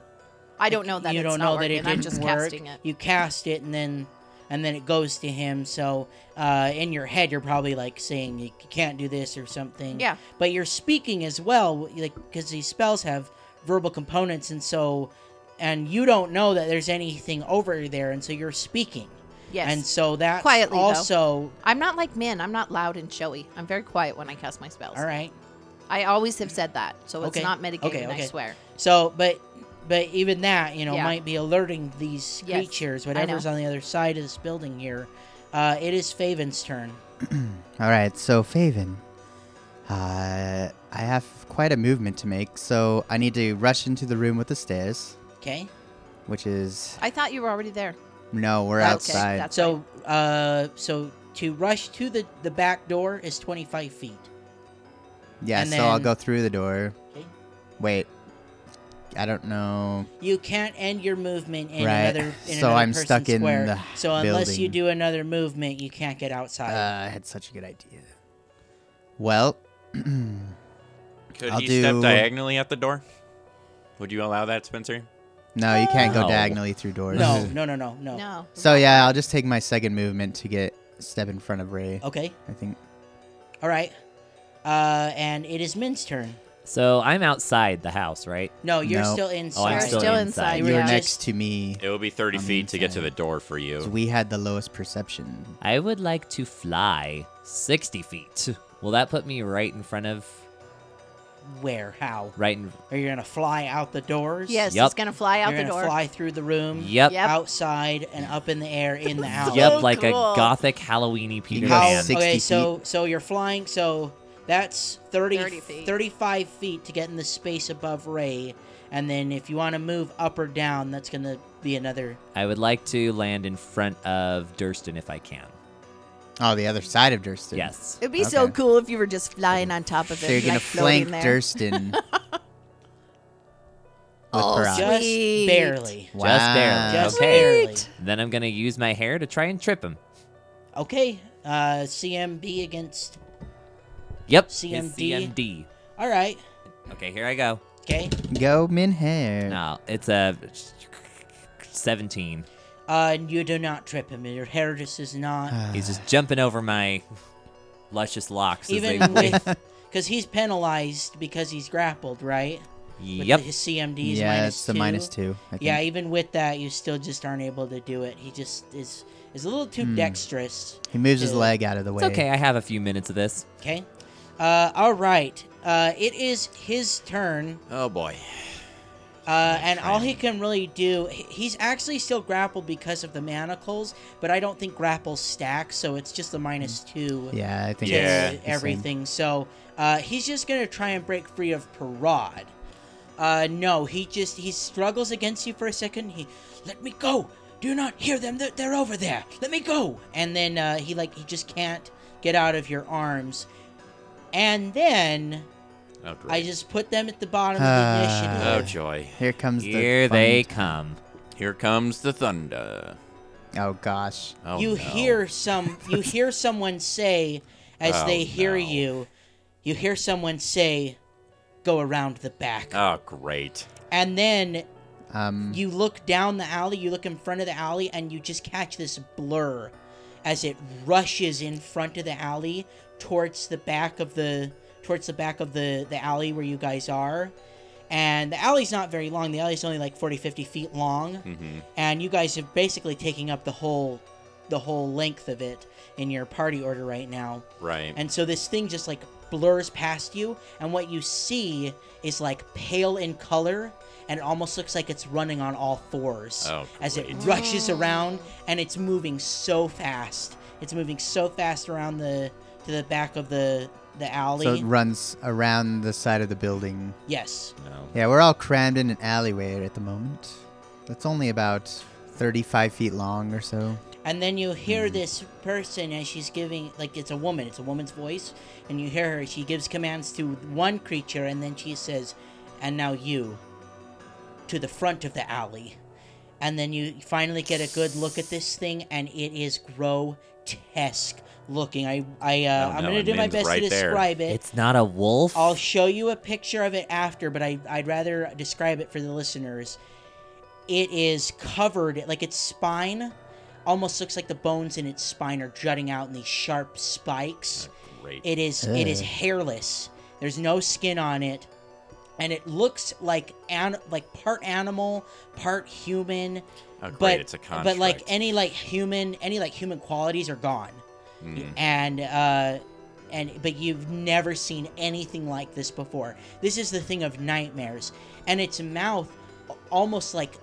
I don't know that you it's don't not know that it working. didn't I'm just work. casting it. You cast it, and then and then it goes to him. So uh, in your head, you're probably like saying you can't do this or something. Yeah. But you're speaking as well, like because these spells have verbal components, and so and you don't know that there's anything over there, and so you're speaking. Yes. And so that's Quietly, though. also I'm not like men. I'm not loud and showy. I'm very quiet when I cast my spells. all right. I always have said that, so it's Okay. not mitigated. Okay, okay. I swear. So, but but even that, you know, Yeah. might be alerting these Yes, creatures, I whatever's know. on the other side of this building here. Uh, it is Faven's turn. All right, so Faven, uh, I have quite a movement to make, so I need to rush into the room with the stairs, Okay. which is I thought you were already there. no, we're Okay, outside. that's- So, uh, so to rush to the the back door is twenty five feet. yeah, and so I'll then- go through the door. Okay. Wait, I don't know. You can't end your movement in Right. another. In So another I'm person's stuck in square. the So unless you building. do another movement, you can't get Uh, outside. I had such a good idea. Well, no, Could I'll he step do- diagonally out the door? Would you allow that, Spencer? you can't go No. diagonally through doors. no, no, no, no, no. No. So yeah, I'll just take my second movement to get step in front of Ray. Okay. I think. All right. Uh, and it is Min's turn. So I'm outside the house, right? No, you're No. still Oh, inside. I'm You're still, still inside. inside. You were were just- next to me. It would be 30 I'm feet to get to inside. the door for you. So we had the lowest perception. I would like to fly 60 feet. Will that put me right in front of, Where? How? right in, Are you gonna fly out the doors? Yes, Yup. it's gonna fly out You're the gonna door. fly through the room. yep, Yep. Outside and up in the air in the house. yep, So like cool. a gothic Halloweeny Peter How- Pan. Six- 60 okay, feet. so so you're flying. So that's 30, 30 feet. 35 feet to get in the space above Ray, and then if you want to move up or down, that's gonna be another. I would like to land in front of Durston if I can. Oh, the other side of Durston. Yes. It'd be so Okay. cool if you were just flying on top of it. So you're like gonna floating flank there. Durston. with Oh, Parag. sweet. Just Sweet. barely. Wow. Just Uh, barely. Just okay. barely. Sweet. Then I'm gonna use my hair to try and trip him. Okay. Uh, CMB against. Yep. his CMD. CMD. All right. Okay, here I go. Okay. Go Min Hair. No, it's a 17. Uh, and you do not trip him. Your hair just is not. Ah, He's just jumping over my luscious locks. as even they with because he's penalized because he's grappled, right? With Yep. His CMD is yeah, minus it's the two. minus two. I think. Yeah, even with that, you still just aren't able to do it. He just is is a little too dexterous. he moves his Yeah. leg out of the It's way. okay. I have a few minutes of this. Okay. Uh, all right. Uh, it is his turn, Oh boy. uh, and all he can really do, he- he's actually still grappled because of the manacles, but I don't think grapple stacks, so it's just the minus two. Yeah, I think. to Yeah. it's the same. everything. So uh, he's just gonna try and break free of Parad. Uh, no, he just he struggles against you for a second. He let me go. Do not hear them. They're, they're over there. Let me go. And then uh, he like he just can't get out of your arms. And then Oh, great. I just put them at the bottom of Ah. the initiative. oh joy. Here comes the. Here fun they t- come. Here comes the thunder. Oh gosh. Oh, you no. hear some you hear someone say as Oh, they hear no. you you hear someone say go around the back Oh great. and then Um. you look down the alley, you look in front of the alley, and you just catch this blur as it rushes in front of the alley towards the back of the towards the back of the the alley where you guys are. And the alley's not very long. The alley's only like 40, 50 feet long, Mm-hmm. and you guys are basically taking up the whole the whole length of it in your party order right now. Right. And so this thing just like blurs past you, and what you see is like pale in color, and it almost looks like it's running on all fours Oh, as it great. rushes around, and it's moving so fast. It's moving so fast around the to the back of the the alley. So it runs around the side of the building. yes. no. Yeah, we're all crammed in an alleyway at the moment. That's only about 35 feet long or so. And then you hear this person as she's giving, like it's a woman, it's a woman's voice, and you hear her. She gives commands to one creature, and then she says, "And now you, to the front of the alley." And then you finally get a good look at this thing, and it is grotesque looking. I, I, uh, Oh, I'm no, gonna and do my Min's best right to there. describe it. It's not a wolf. Oh, I'll show you a picture of it after, but I, I'd rather describe it for the listeners. It is covered, like its spine almost looks like the bones in its spine are jutting out in these sharp spikes. Great. It is it is Ugh. hairless. There's no skin on it, and it looks like an, like part animal, part human. Oh, great, But it's a but like construct. any like human any like human qualities are gone, Hmm. and uh, and but you've never seen anything like this before. This is the thing of nightmares, and its mouth al- almost like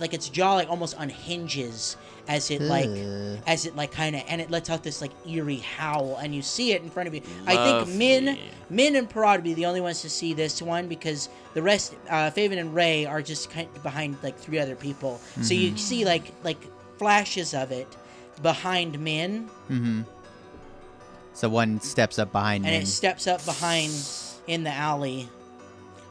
like its jaw like almost unhinges as it like Ugh. as it like kind of and it lets out this like eerie howl and you see it in front of you i think min Lovely. min and parad would be the only ones to see this one because the rest uh faven and ray are just kind behind like three other people so you see like like flashes of it behind min So one steps up behind and me. it steps up behind in the alley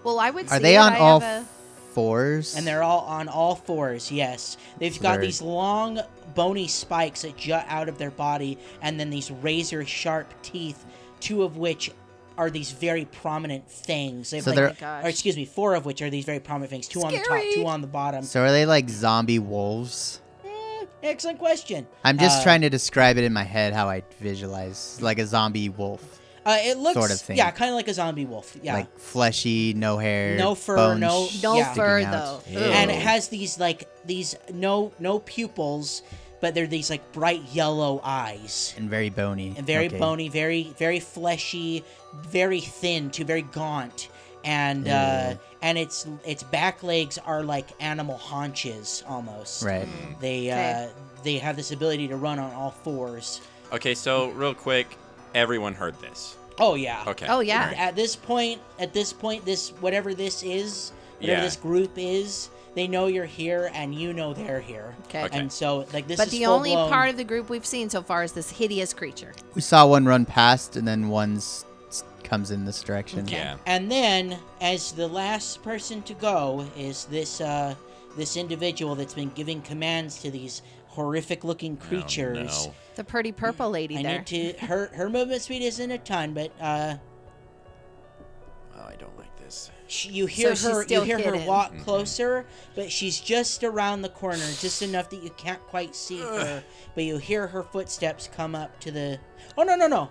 Well, I would. Are see they it. on I all have fours? and they're all on all fours yes they've got Very- these long bony spikes that jut out of their body and then these razor sharp teeth two of which are these very prominent fangs They've So like- they're- Oh my gosh. or excuse me four of which are these very prominent fangs two on the top Scary. two on the bottom So are they like zombie wolves? Eh, excellent question I'm just Uh, trying to describe it in my head how I visualize like a zombie wolf, uh, it looks sort of thing. yeah kind of like a zombie wolf yeah like fleshy, no hair, No fur, bones no- sticking No Yeah. fur though. out. Ew. and it has these like these no no pupils but they're these like bright yellow eyes and very bony. and very Okay. bony, very very fleshy, very thin, too very gaunt, and uh, and its its back legs are like animal haunches almost. Right. They uh, Okay. they have this ability to run on all fours. Okay, so real quick, everyone heard this. Oh yeah. Okay. Oh, yeah. Alright. At this point, at this point, this whatever this is, whatever Yeah. this group is, they know you're here and you know they're here. Okay. Okay. And so like this But is the only full-blown- part of the group we've seen so far is this hideous creature. We saw one run past, and then one s- s- comes in this direction. Yeah. And then, as the last person to go, is this uh, this individual that's been giving commands to these horrific-looking Oh, creatures. no. The pretty purple lady I there. need to. Her her movement speed isn't a ton, but uh, Oh, I don't like this. sh you hear So she's her. You still hear her hidden. walk Mm-hmm. closer, but she's just around the corner, just enough that you can't quite see her. But you hear her footsteps come up to the. Oh no no no!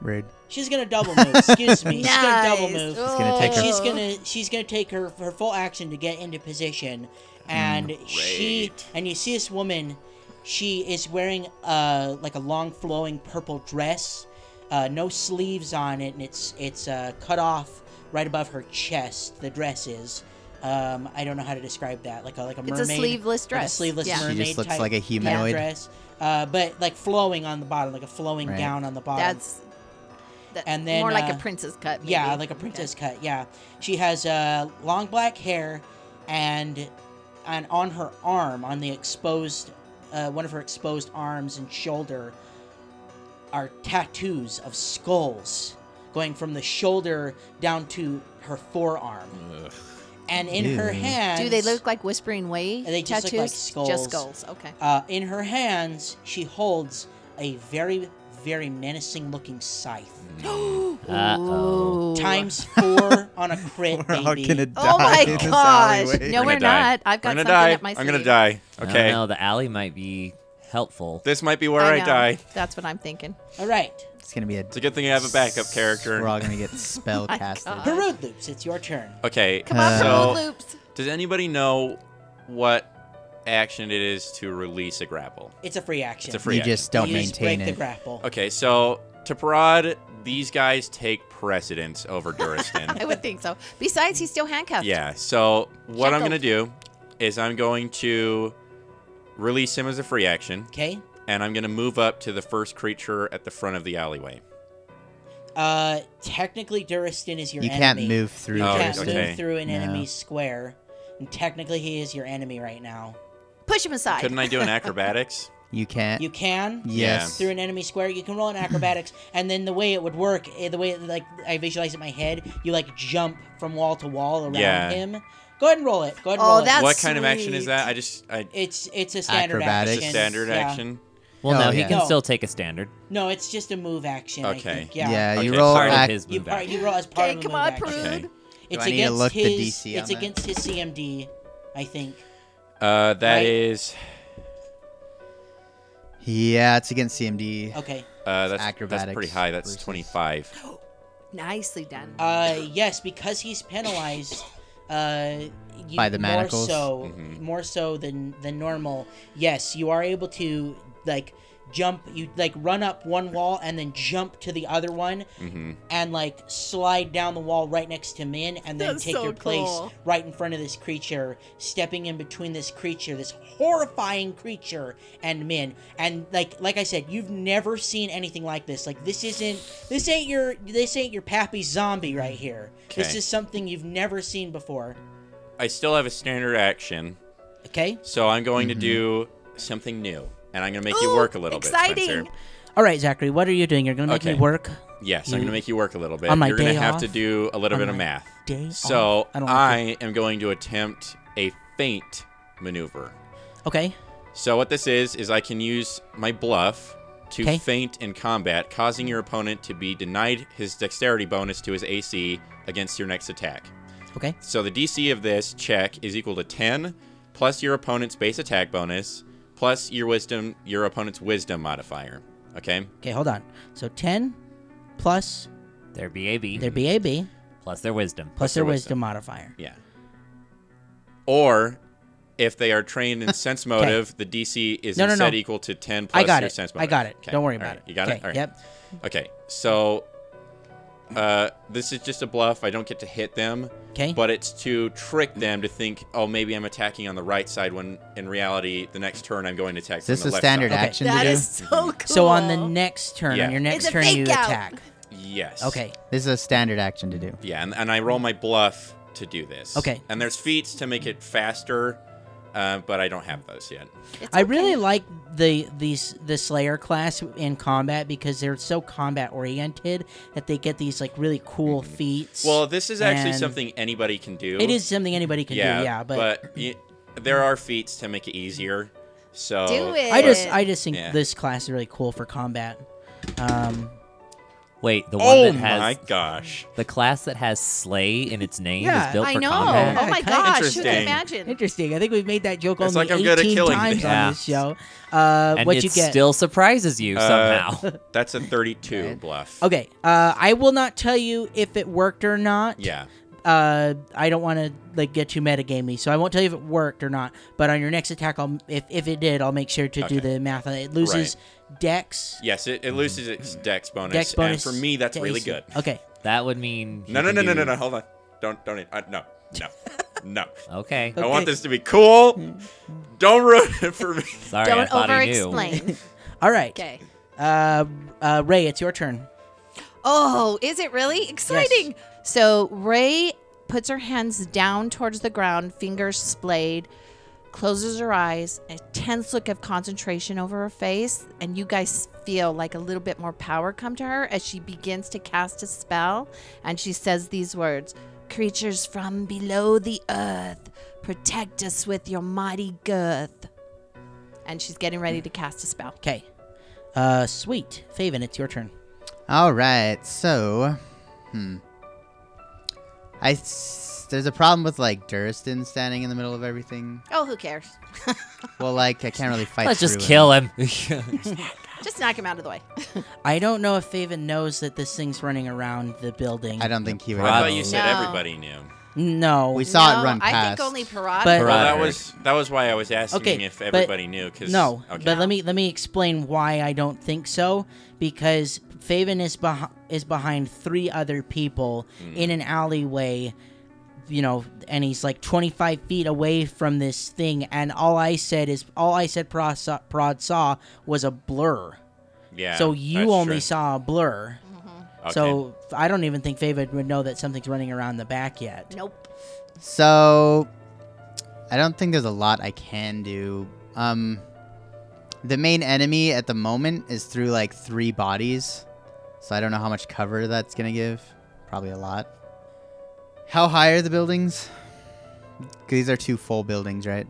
Rude. She's gonna double move. Excuse me. She's gonna double move. Nice. Oh, gonna take and her- she's gonna she's gonna take her her full action to get into position Hmm, and she Great. and you see this woman she is wearing uh like a long flowing purple dress uh no sleeves on it and it's it's uh cut off right above her chest the dress is um i don't know how to describe that like a like a It's mermaid a sleeveless like a dress. sleeveless Yeah. mermaid She just looks type like a humanoid. dress uh but like flowing on the bottom like a flowing Right. gown on the bottom That's that, And then, more like uh, a princess cut. yeah, maybe. like a princess cut. Yeah, she has uh, long black hair, and and on her arm, on the exposed, uh, one of her exposed arms and shoulder, are tattoos of skulls, going from the shoulder down to her forearm, and in her Ew. hand. Do they look like whispering way They just look tattoos? like Just skulls. skulls. Okay. Uh, in her hands, she holds a very, very menacing-looking scythe. Uh-oh. Ooh. Times four on a crit, We're all baby. gonna die Oh my in this gosh! alleyway. No, We're we're, gonna die. not. I've got I'm gonna something die. up my I'm gonna sleeve. die. I don't Okay. know, the alley might be helpful. This might be where I I, know. die. That's what I'm thinking. All right. It's gonna be a. It's a good thing I have a backup character. We're all gonna get Oh spell casted. God. Perude Loops, it's your turn. Okay. Come on, Uh, Pearl so, loops. does anybody know what action it is to release a grapple? It's a free action. It's a free You action. just don't you just maintain break the it. grapple. Okay, so to Parad, these guys take precedence over Duristan. I would think so. Besides, he's still handcuffed. Yeah. So what I'm Shackled. gonna do is I'm going to release him as a free action, Okay. and I'm gonna move up to the first creature at the front of the alleyway. Uh, technically, Duristan is your You enemy. can't move through. You Oh, can't Kirsten. okay. move through an No. enemy's square. And technically, he is your enemy right now. Push him aside. Couldn't I do an acrobatics? You can't. You can. yes. Through an enemy square, you can roll an acrobatics, and then the way it would work, eh, the way like I visualize it in my head, you like jump from wall to wall around Yeah. him. Go ahead and roll it. Go ahead and Oh, roll that's- it. what kind of action is sweet. that? I just I It's it's a standard Acrobatics. action. it's a standard Yeah. action. Well, Oh, no, yeah. he can No. still take a standard. No, it's just a move action. I Okay. think. Yeah, Yeah. you Okay, roll Part ac- of his You, move part, action. you roll as part Okay, of a come move on, action. Prude. Okay. It's I need to against look the his DC on it's that? against his CMD, I think. Uh, that Right. is Yeah, it's against CMD. Okay. uh, that's that's pretty Acrobatics high. That's versus- twenty five. Nicely done. Uh, yes, because he's penalized. Uh, you, By the manacles? Mm-hmm. More so, more so than than normal. Yes, you are able to like jump. You like run up one wall and then jump to the other one, Mm-hmm. and like slide down the wall right next to Min, and then That's take so your place cool. right in front of this creature, stepping in between this creature, this horrifying creature, and Min. And like like I said, you've never seen anything like this. Like this isn't this ain't your this ain't your pappy zombie right here. This Mm. Okay. is something you've never seen before. I still have a standard action, Okay. so I'm going Mm-hmm. to do something new, and I'm going to make you work a little bit, exciting. Spencer. All right, Zachary, what are you doing? You're gonna make me Okay. work. Yes, I'm going to make you work a little bit. On my You're going day to have to off? do a little On bit of my math. day so off? I don't like I am going to attempt a feint maneuver. Okay. So what this is is I can use my bluff to Okay. feint in combat, causing your opponent to be denied his dexterity bonus to his AC against your next attack. Okay. So the DC of this check is equal to 10 plus your opponent's base attack bonus plus your wisdom your opponent's wisdom modifier. Okay? Okay. Hold on. So ten plus Their BAB their BAB plus, plus their wisdom. plus their wisdom modifier. Yeah. Or if they are trained in sense motive, the DC is No, no, instead no. equal to 10 plus I got your it. sense I motive. got it. Don't worry All about right. it. You got Okay, it? All right. yep. Okay. So uh, this is just a bluff. I don't get to hit them. 'Kay. But it's to trick them to think, oh, maybe I'm attacking on the right side when in reality, the next turn I'm going to attack Is this from a the left standard Okay. side. action to That do? is so cool. So on the next turn, Yeah. on your next It's a turn, you fake out. attack. Yes. Okay. This is a standard action to do. Yeah, and, and I roll my bluff to do this. Okay. And there's feats to make it faster, uh, but I don't have those yet. I really like the these the Slayer class in combat because they're so combat oriented that they get these like really cool feats. Mm-hmm. Well, this is actually And- something anybody can do. it is something anybody can yeah, do. Yeah, but, y- there are feats to make it easier. So Do it. I just I just think Yeah. this class is really cool for combat. Um, Wait, the one Oh that has my gosh! the class that has slay in its name Yeah, is built I for know. combat. Oh my Okay. gosh. Who can Interesting. imagine? interesting. I think we've made that joke It's only like I'm good at 18 killing times things. on Yeah. this show. Uh, and what it you get? still surprises you Uh, somehow. That's a 32 bluff. okay. Uh, I will not tell you if it worked or not. Yeah. uh, I don't want to like get too metagamey, so I won't tell you if it worked or not. But on your next attack, I'll if, if it did, I'll make sure to do Okay. the math on it. It loses dex, Yes, it, it loses its dex bonus, dex bonus. and for me, that's to really AC. good. Okay, that would mean he No, no, can no, no, no, do- no. Hold on. Don't, don't. Uh, no, no, no. Okay, I Okay. want this to be cool. Don't ruin it for me. sorry, I Don't thought over he knew. explain. all right. okay. Uh, uh, Ray, it's your turn. Oh, is it really exciting? So Ray puts her hands down towards the ground, fingers splayed, closes her eyes, a tense look of concentration over her face, and you guys feel like a little bit more power come to her as she begins to cast a spell, and she says these words: "Creatures from below the earth, protect us with your mighty girth." And she's getting ready to cast a spell. Okay. Uh, sweet, Faven, it's your turn. All right, so, hmm, I s- there's a problem with like Duristan standing in the middle of everything. Oh, who cares? Well, like I can't really fight. Let's just through kill him. Just knock him out of the way. I don't know if Faven knows that this thing's running around the building. I don't think he would. I thought you said No. everybody knew. No. We saw it No, run past. I think only Parada. But- Well, that Roderick. was that was why I was asking Okay, if but- everybody knew because No, Okay. but let me let me explain why I don't think so. Because Faven is beh- is behind three other people Mm. in an alleyway, you know, and he's like 25 feet away from this thing. And all I said is all I said. Prod saw, Prod saw was a blur. yeah. so you that's only true. saw a blur. Okay. So I don't even think Faven would know that something's running around the back yet. nope. So, I don't think there's a lot I can do. Um, the main enemy at the moment is through like three bodies, so I don't know how much cover that's gonna give. Probably a lot. How high are the buildings? 'Cause These are two full buildings, right?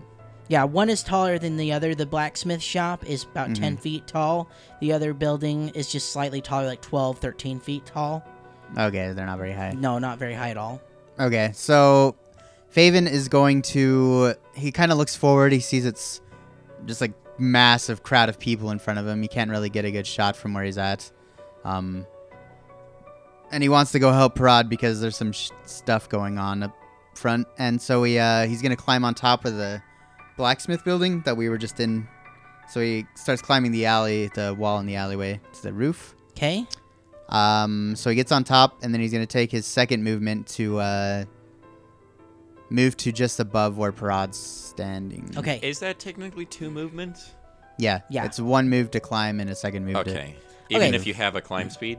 Yeah, one is taller than the other. The blacksmith shop is about 10 feet tall. The other building is just slightly taller, like 12, 13 feet tall. Okay, they're not very high. No, not very high at all. Okay, so Faven is going to. He kind of looks forward. He sees it's just like massive crowd of people in front of him. He can't really get a good shot from where he's at. Um, and he wants to go help Parad because there's some sh- stuff going on up front. And so he uh, he's going to climb on top of the blacksmith building that we were just in. So he starts climbing the alley, the wall in the alleyway to the roof. Okay. Um, so he gets on top, and then he's going to take his second movement to uh, move to just above where Parad's standing. Okay. Is that technically two movements? Yeah. Yeah. It's one move to climb and a second move to. Okay. Even Okay. if you have a climb speed?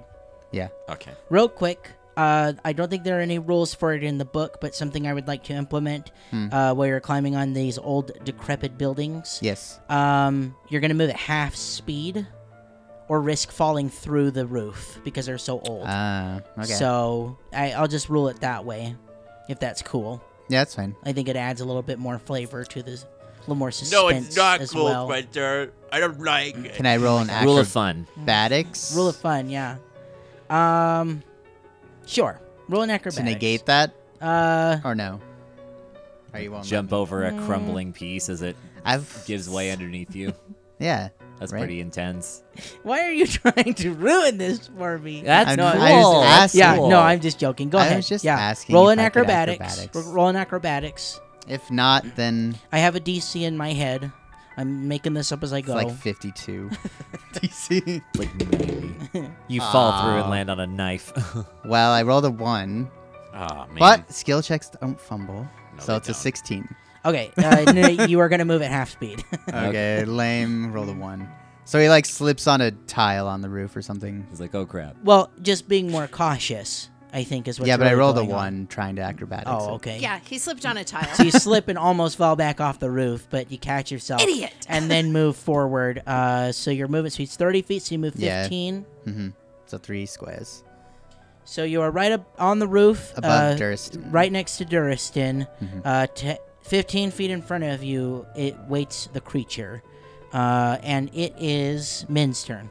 Yeah. Okay. Real quick, uh, I don't think there are any rules for it in the book, but something I would like to implement uh, where you're climbing on these old, decrepit buildings. Yes. Um, you're going to move at half speed or risk falling through the roof because they're so old. Uh, okay. So I, I'll just rule it that way if that's cool. yeah, that's fine. I think it adds a little bit more flavor to this, a little more suspense No, it's not as cool, well. Spencer. I don't like it. Can I roll an Rule of fun. acrobatics Rule of fun, yeah. Um, sure. Roll an acrobatics. to negate that Uh, or no? Are you won't let Jump me. over Mm. a crumbling piece as it I've gives way underneath you. yeah. That's Right. pretty intense. why are you trying to ruin this for me? That's I'm- cool. I was That's asking. yeah, cool. no, I'm just joking. Go I ahead. was just yeah. asking Roll if an I could acrobatics. acrobatics. R- Roll an acrobatics. If not, then I have a DC in my head. I'm making this up as I it's go. like 52 DC. like maybe. You fall through and land on a knife. Well, I rolled a one, Ah, man. but skill checks don't fumble, No, so they it's a don't. 16. okay, uh, n- you are gonna move at half speed. Okay, lame. Roll a one. So he like slips on a tile on the roof or something. He's like, oh crap. well, just being more cautious, I think, is what. yeah, but I rolled a one. one trying to acrobatics. it. Oh, okay. Yeah, he slipped on a tile. So you slip and almost fall back off the roof, but you catch yourself. Idiot. And then move forward. Uh, so your movement speed's 30 feet, so you move Yeah. 15. mm-hmm. So three squares So you are right up on the roof. above uh, Durston. Mm-hmm. Right next to Duristan. Uh, te- 15 feet in front of you, it waits the creature. Uh, and it is Min's turn.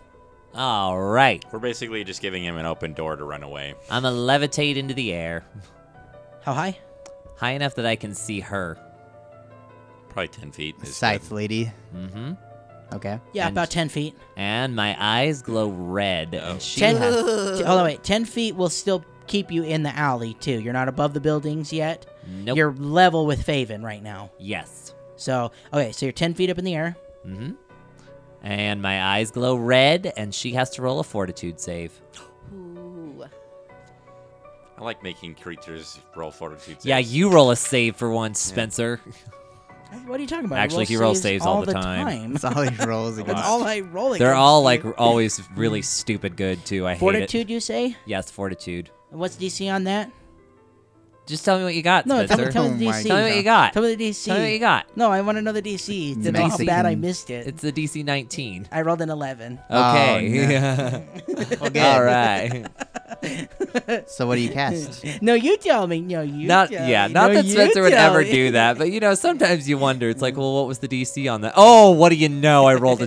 All right. We're basically just giving him an open door to run away. I'm going to levitate into the air. How high? High enough that I can see her. Probably 10 feet. is Scythe lady. Mm-hmm. Okay. Yeah, And- about 10 feet. And my eyes glow red. And she 10, has- t- hold on, Oh, wait. 10 feet will still keep you in the alley, too. You're not above the buildings yet. Nope. You're level with Faven right now. Yes. So, okay, so you're 10 feet up in the air. Mm-hmm. And my eyes glow red, and she has to roll a fortitude save. Ooh. good. I like making creatures roll fortitude saves. Yeah, you roll a save for once, Spencer. What are you talking about? I Actually, he rolls saves all the time. That's all he rolls That's against. all I roll They're against all you. like always really stupid good too. I hate it. Fortitude, you say? Yes, fortitude. What's DC on that? Just tell me what you got, No, tell Spencer. me, tell me the Oh my DC. Tell me what you got. Tell me the DC. Tell me what you got. No, I want to know the DC. To know how Amazing. bad I missed it. It's the DC 19. I rolled an 11. Okay. no. All right. So what do you cast? No, you tell me. No, you Not tell yeah. me. Not No, that you Spencer would tell ever me. do that, but you know, sometimes you wonder. It's like, well, what was the DC on that? Oh, what do you know? I rolled a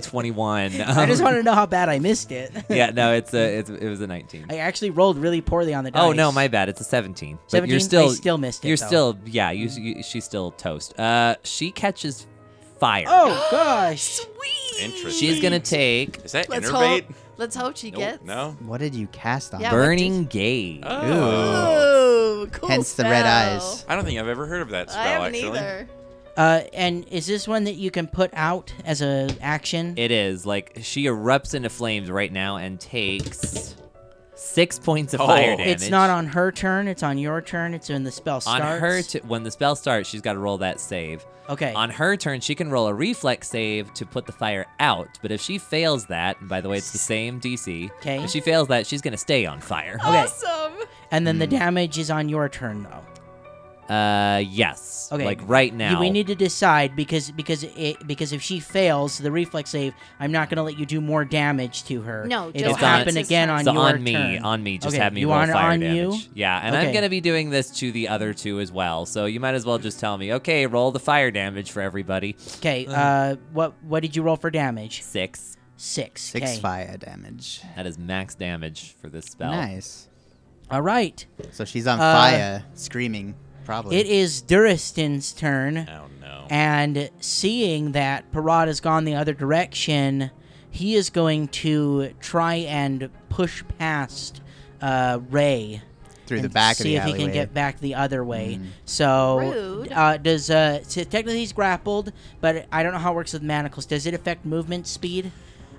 21. I just want to know how bad I missed it. yeah. No, it's a it's, it was a 19. I actually rolled really poorly on the dice. Oh no, my bad. It's a 17. But 17? you're I still still missed it, You're though. still yeah. You, you she's still toast. Uh, she catches fire. Oh gosh. Sweet. Interesting. She's gonna take Is that Let's innervate? hope. Let's hope she Nope. gets. No? What did you cast on? Yeah, her? what burning gauge. Oh. Ooh, cool. Hence the red spell. eyes. I don't think I've ever heard of that spell, I haven't actually. either. Uh, and is this one that you can put out as a action? It is like she erupts into flames right now and takes six points of Oh. fire damage. It's not on her turn. It's on your turn. It's when the spell On starts. her t- when the spell starts, she's got to roll that save. okay. On her turn, she can roll a reflex save to put the fire out. But if she fails that, and by the way, it's the same DC. 'Kay. If she fails that, she's gonna stay on fire. Okay. Awesome. Hmm. and then the damage is on your turn though. Uh, yes. Okay. Like right Y- now. We need to decide because because it because if she fails the reflex save, I'm not going to let you do more damage to her. No, it'll just happen on- again on so your on me, turn. on me. Just Okay, have me you roll want it fire on you? damage. Yeah, and I'm Okay. gonna be doing this to the other two as well. So you might as well just tell me, okay, roll the fire damage for everybody. Okay. Uh, what what did you roll for damage? Six. Six. Six okay. fire damage. That is max damage for this spell. Nice. All right. So she's on Uh, fire, screaming. Probably. It is Duristin's turn, Oh no. and seeing that Parad has gone the other direction, he is going to try and push past uh, Ray. through the and back of see the if he can alleyway. Mm-hmm. get back the other way. So Rude. uh, does uh, so technically he's grappled, but I don't know how it works with manacles. Does it affect movement speed?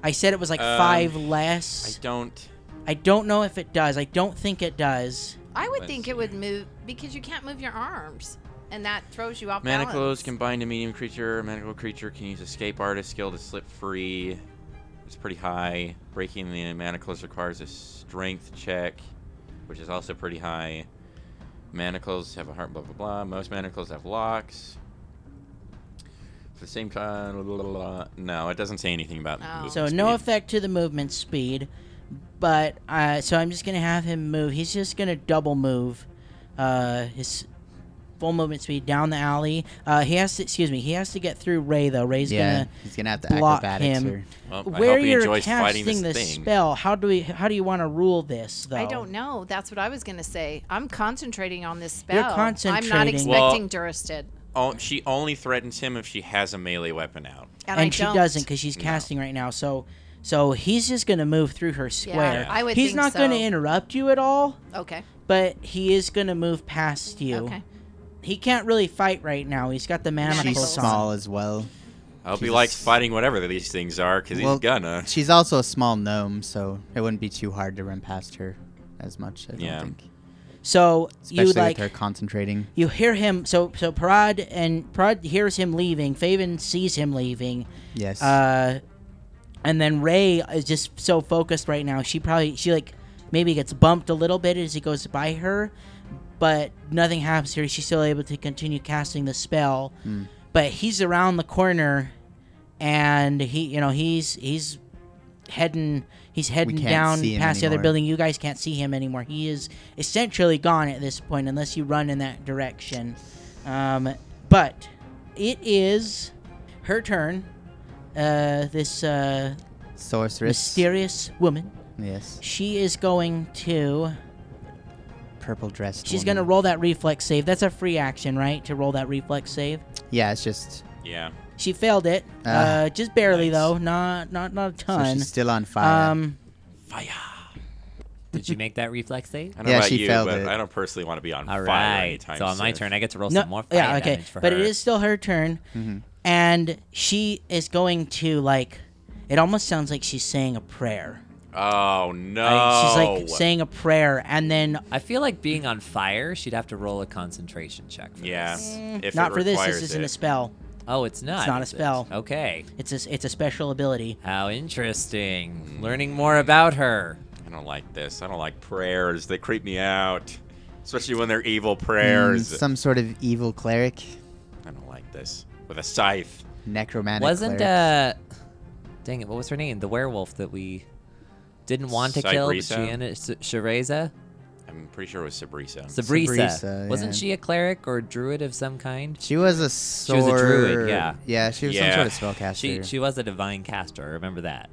I said it was like Um, five I less. don't. I don't know if it does. I don't think it does. I would Let's think see. it would move because you can't move your arms, and that throws you off Manacles balance. can bind a medium creature. A manacle creature can use escape artist skill to slip free. It's pretty high. Breaking the manacles requires a strength check, which is also pretty high. Manacles have a heart, blah, blah, blah. Most manacles have locks. For the same time, blah, blah, blah, blah. no, it doesn't say anything about. Oh. movement So no speed. effect to the movement speed, but uh, so I'm just gonna have him move. He's just gonna double move uh, his full movement speed down the alley. Uh, he has to. Excuse me. He has to get through Ray though. Ray's yeah, gonna he's gonna have to block acrobatics him. her. Well, I where hope he you're enjoys casting fighting this, the thing. spell, how do we how do you want to rule this though? I don't know. That's what I was gonna say. I'm concentrating on this spell. You're I'm not concentrating. expecting Well- Duristid, Oh, she only threatens him if she has a melee weapon out. and, And, I she don't. doesn't because she's casting right now. So so he's just gonna move through her square. I would he's think not gonna so. interrupt you at all, Okay. but he is gonna move past you. Okay. He can't really fight right now. He's got the She's manacles Manacles. on. small as well. I hope he Jesus. likes fighting whatever these things are, because Well, he's gonna. She's also a small gnome, so it wouldn't be too hard to run past her as much. I don't Yeah. think. So Especially you like with her concentrating. you hear him. So so Parad and Parad hears him leaving. Faven sees him leaving. Yes. Uh, and then Ray is just so focused right now. She probably she like maybe gets bumped a little bit as he goes by her, but nothing happens to her. She's still able to continue casting the spell. Hmm. But he's around the corner, and he you know he's he's heading he's heading can't down see him past the other anymore. building. You guys can't see him anymore. He is essentially gone at this point unless you run in that direction. Um, but it is her turn. Uh, this uh, Sorceress. mysterious woman. yes. She is going to. Purple dressed. She's going to roll that reflex save. That's a free action, right? To roll that reflex save. Yeah, it's just. Yeah. She failed it. Uh, Ah. just barely Nice. though. Not not not a So ton. she's still on fire. um, Did you make that reflex save? I don't Yeah, know about she you, failed but it. I don't personally want to be on All fire right. anytime So on my soon. turn, I get to roll no, some more fire yeah, okay. damage for but her. it is still her turn, and she is going to like. It almost sounds like she's saying a prayer. Oh no! She's like saying a prayer, and then I feel like being on fire, she'd have to roll a concentration check. For yeah. this. If not it for this. This requires isn't it. a spell. Oh, it's not. It's not a is it? spell. Okay. It's a it's a special ability. How Hmm. interesting. Learning more about her. I don't like this. I don't like prayers. They creep me out, especially when they're evil prayers. Hmm, some sort of evil cleric, I don't like this with a scythe. necromantic. Wasn't cleric. uh dang it, what was her name? The werewolf that we didn't want to kill, but she Sabrisa? ended S- Shereza? I'm pretty sure it was Sabrisa. Sabrisa. Sabrisa, Wasn't yeah. she a cleric or druid of some kind? She was a was sword. a druid, yeah. Yeah, she was Yeah. some sort of spellcaster. She she was a divine caster, I remember that.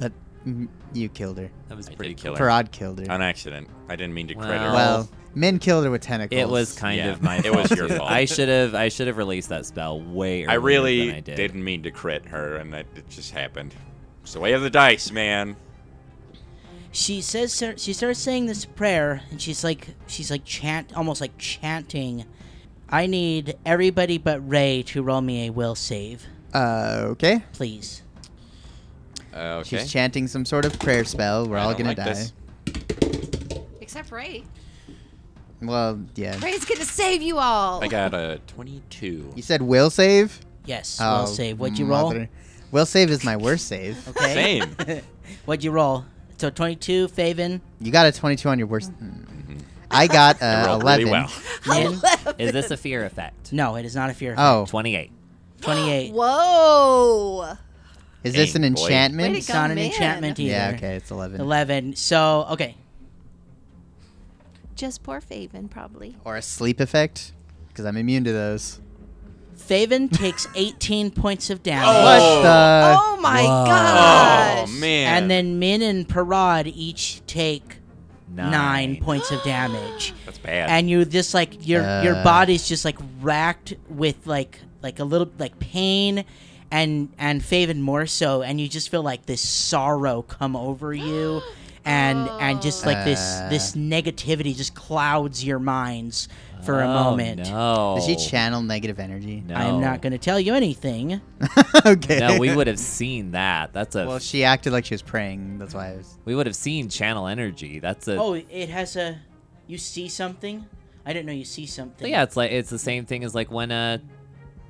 But mm, you killed her. That was I pretty did kill cool. her Farad killed her. on accident. I didn't mean to credit Wow. her. Well, Min killed her with tentacles. It was kind Yeah, of my it was fault, your too. fault. I should have I should have released that spell way earlier I really than I did. not mean to crit her, and that it just happened. It's the way of the dice, man. she says she starts saying this prayer and she's like she's like chant almost like chanting i need everybody but ray to roll me a will save Uh, okay. please Uh, okay. She's chanting some sort of prayer spell. We're I all don't gonna like die. this. Except Ray. Well, yeah. Ray's gonna save you all. I got a 22. You said will save. yes Oh, will save what'd you roll mother. Will save is my worst save. okay Same. Uh, what'd you roll so 22 faven You got a 22 on your worst. Mm. I got uh, Mm-hmm. rolled really eleven. well. Min? Is this a fear effect? No, it is not a fear. Oh, 28. 28. Whoa. is this an Dang, boy. enchantment? Way it's to go, not an man. enchantment either. Yeah, okay, it's eleven. 11. So, okay. Just poor Faven, probably. Or a sleep effect, because I'm immune to those. Faven takes 18 points of damage. What the? oh my Whoa. gosh. Oh man. And then Min and Parad each take Nine. nine, points of damage. that's bad. and you just like your your Uh. body's just like racked with like like a little like pain and and Faven more so and you just feel like this sorrow come over you and and just like this Uh. this negativity just clouds your minds for a Oh, moment. No. Does she channel negative energy? No. I am not going to tell you anything. okay. No, we would have seen that. That's a. Well, she acted like she was praying. That's why I was. we would have seen channel energy. That's a. Oh, it has a you see something? I didn't know you see So something. yeah, it's like it's the same thing as like when uh,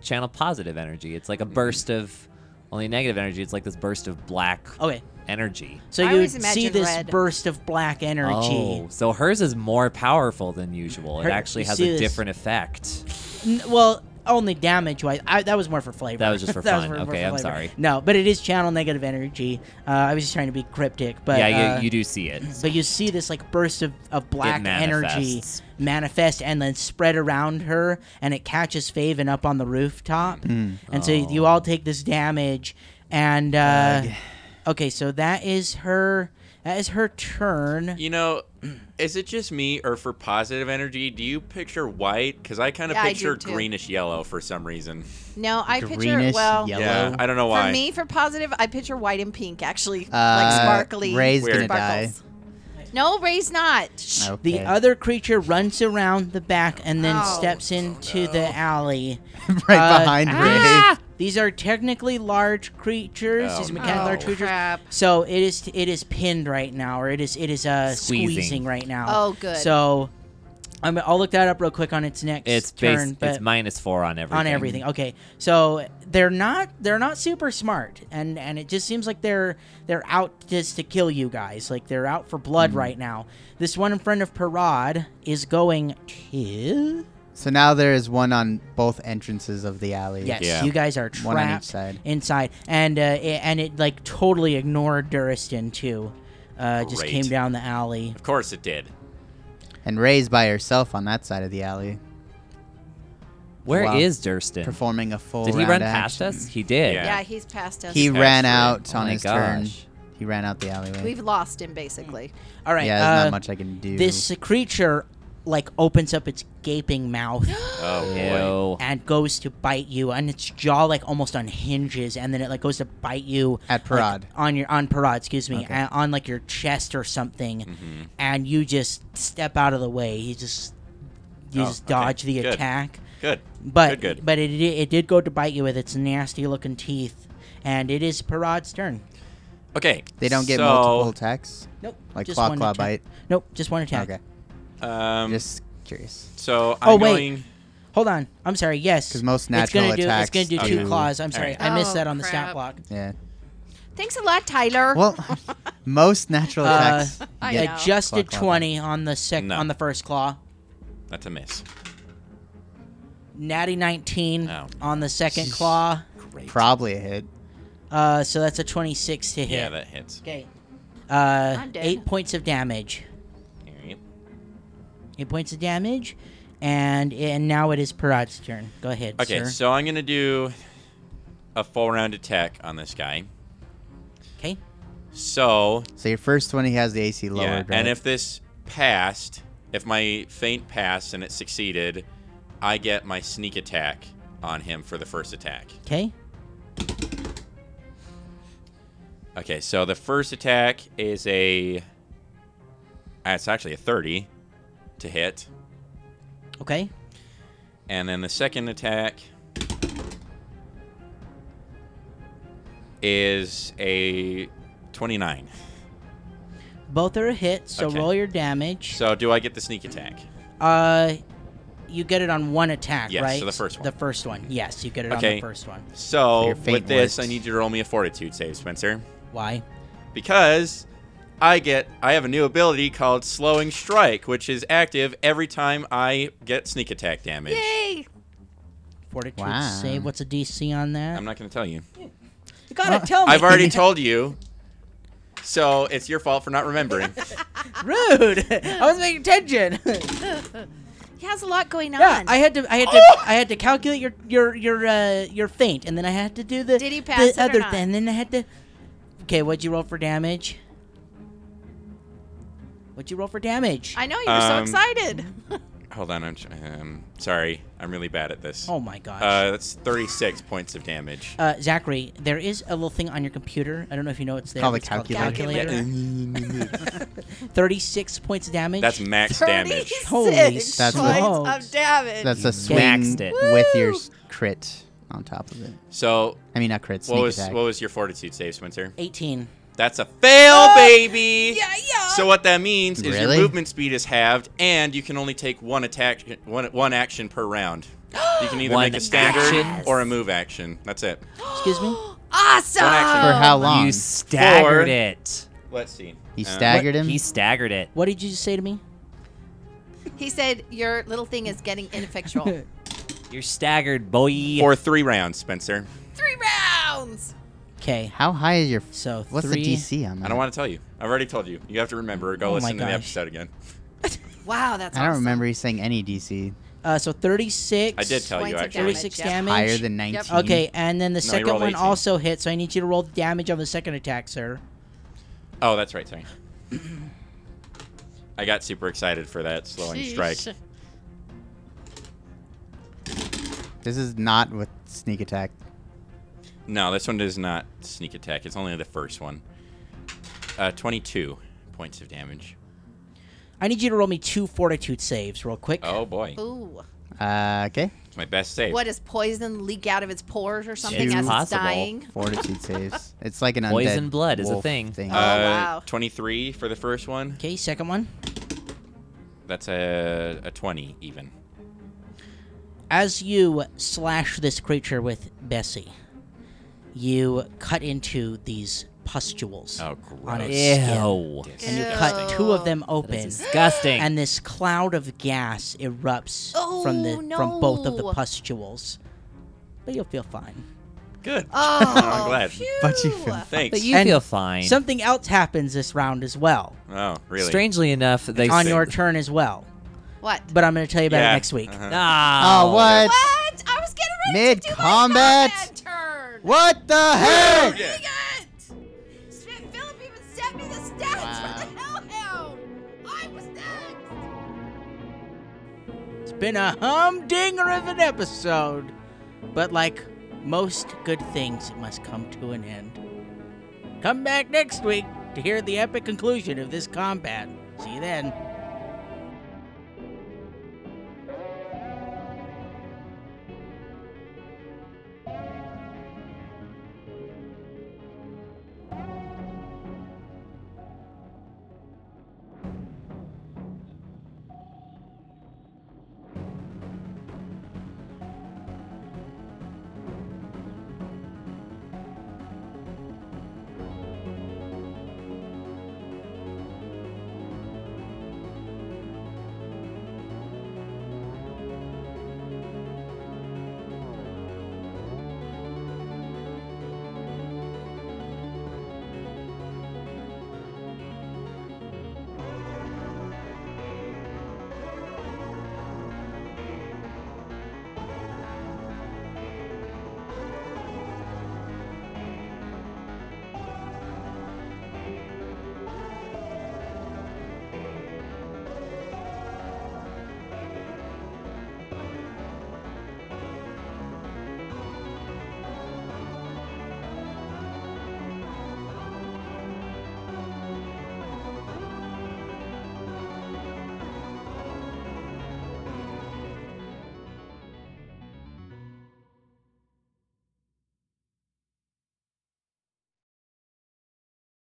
channel positive energy. It's like a burst of only negative energy. It's like this burst of black Okay. energy. So I you always see imagine this red. burst of black energy. Oh, so hers is more powerful than usual. Her- it actually you has see a this- different effect. N- well, only damage wise. I, that was more for flavor. That was just for That was fun. Okay, I'm sorry. No, but it is channel negative energy. Uh, I was just trying to be cryptic, but yeah, uh, you, you do see it. But you see this like burst of, of black energy manifests. manifest and then spread around her, and it catches Faven up on the rooftop, Hmm. and so you Oh. all take this damage. And uh, okay, so that is her. That is her turn. you know, is it just me or for positive energy? Do you picture white? Because I kind of Yeah, I do picture too. greenish yellow for some reason. No, I picture, Greenish well, yellow. Yeah, I don't know why. for me, for positive, I picture white and pink, actually. Uh, like sparkly. Ray's Oh, gonna sparkles. No, Ray's not. Shh. Okay. The other creature runs around the back and then Ow. steps into the alley. right uh, behind Ray. Ah! These are technically large creatures. Oh, These are no. mechanical large creatures. crap. So it is it is pinned right now, or it is it is uh, squeezing. Squeezing. right now. Oh, good. So I'm, I'll look that up real quick on its next It's turn, based. but It's minus four on everything. on everything. Okay, so they're not they're not super smart, and and it just seems like they're they're out just to kill you guys. Like they're out for blood right now. This one in front of Parad is going to So now there is one on both entrances of the alley. yes, Yeah. you guys are One on each trapped side. inside, and uh, it, and it like totally ignored Duristan too. Uh, just Great. came down the alley. Of course it did. And Ray's by herself on that side of the alley, Where is Wow. Durston? performing a full. Did he round run action. past us? He did. Yeah. yeah, he's past us. He ran out Excellent. Oh on my his turn. gosh. He ran out the alleyway. We've lost him, basically. All right, yeah, there's uh, not much I can do. this creature like opens up its gaping mouth Oh boy. Ew. and goes to bite you, and its jaw like almost unhinges, and then it like goes to bite you At like, Parad. on your on Parad, excuse me, a- on like your chest or something, Mm-hmm. and you just step out of the way. You just you Oh, just okay. dodge the Good. attack, Good. but Good, good. but it di- it did go to bite you with its nasty looking teeth, and it is Parad's turn. Okay. they don't get so, multiple attacks. Nope, Like just claw, one claw attack. bite? Nope, just one attack. Okay, Um, just curious. so I'm Oh, wait. going. Hold on. I'm sorry. Yes. 'Cause It's most gonna natural do- It's attacks going to do do- two claws. I'm sorry. Alright. I missed Oh, that on the stat crap. block. Yeah. Thanks a lot, Tyler. Well, most natural Uh, attacks. I get- know. Adjusted Claw, claw, 20 on the sec- No. on the first claw. That's a miss. Natty 19 Oh. on the second claw. Probably a hit. Uh, so that's a 26 to hit. Yeah, that hits. okay. Uh, I'm dead. eight points of damage. Yep. Eight points of damage. And and now it is Parad's turn. Go ahead, Okay, sir. so I'm gonna do a full round attack on this guy. Okay. So So your first one, he has the AC lowered, yeah, right? and if this passed, if my feint passed and it succeeded, I get my sneak attack on him for the first attack. Okay. Okay, so the first attack is a. uh, It's actually a 30 to hit. Okay. And then the second attack is a 29. Both are a hit, so Okay. roll your damage. So do I get the sneak attack? Uh, you get it on one attack, Yes, so right? the first one. The first one. Yes, you get it on the Okay. first one. So Your feint with this, works. I need you to roll me a fortitude save, Spencer, Why? because I get I have a new ability called Slowing Strike, which is active every time I get sneak attack damage. Yay! Fortitude Wow. save. What's a DC on that? I'm not going to tell you. you gotta tell me. I've already told you. So it's your fault for not remembering. rude. I was paying attention. He has a lot going yeah, on. I had to. I had to. Oh! I had to calculate your your your uh, your feint, and then I had to do the Did he the pass it or other not? thing. And then I had to. Okay, what'd you roll for damage? What'd you roll for damage? I know you were so Um, excited. Hold on, I'm tr- um, sorry. I'm really bad at this. oh my gosh. Uh, that's 36 points of damage. Uh, Zachary, there is a little thing on your computer. I don't know if you know it's there. Called but a it's called calculator. calculator. Thirty-six points of damage. That's max damage. Holy Thirty-six That's points smokes. of damage. That's a Maxed swing it. with your Woo! s- crit on top of it. So, I mean, not crit, sneak what was attack. what was your fortitude save, Spencer? Eighteen. That's a fail, baby. yeah, yeah. So what that means is Really? your movement speed is halved, and you can only take one attack, one one action per round. You can either One make a standard action? or a move action. That's it. Excuse me. awesome. One action. For how long? You Four. staggered it. Let's see. he Uh, staggered him. He staggered it. What did you say to me? He said your little thing is getting ineffectual. Three You're staggered, boy. for three rounds, Spencer. rounds. Okay. How high is your? F- So what's three. the DC on that? I don't want to tell you. I've already told you. You have to remember. or Oh Go my listen to the gosh. episode again. Wow, that's I don't awesome. remember you saying any DC Uh, so thirty-six. I did tell you Points of actually. damage. 36 yeah. damage. higher than 19. Okay, and then the you second rolled one 18. also hit, so I need you to roll the damage on the second attack, sir. Oh, that's right. Sorry. I got super excited for that slowing strike. Sheesh. This is not with sneak attack. No, this one does not sneak attack. It's only the first one. Uh, 22 points of damage. I need you to roll me two fortitude saves real quick. Oh boy, Ooh. Uh, okay. it's my best save. What does poison leak out of its pores or something It's as it's possible. dying? Fortitude saves. It's like an undead Poison blood is a wolf thing. Oh, Uh, wow. 23 for the first one. Okay, second one. That's a, a 20 even. As you slash this creature with Bessie, you cut into these pustules Oh, on its skin, Ew. and you cut two of them open, Disgusting. and this cloud of gas erupts from the Oh, from both of the no. pustules. But you'll feel fine. Good. Oh, I'm glad. But you feel- Thanks. but you And feel fine. Something else happens this round as well. oh, really? Strangely enough, they on s- your turn as well. What? But I'm going to tell you about Yeah. it next week. Uh-huh. Oh, Oh, what? What? I was getting ready Mid to do my combat? combat turn. What the Oh, heck? yeah. Dang it! Sp- Philip even sent me the stats for the hellhound. I was next. It's been a humdinger of an episode. But like most good things, it must come to an end. Come back next week to hear the epic conclusion of this combat. See you then.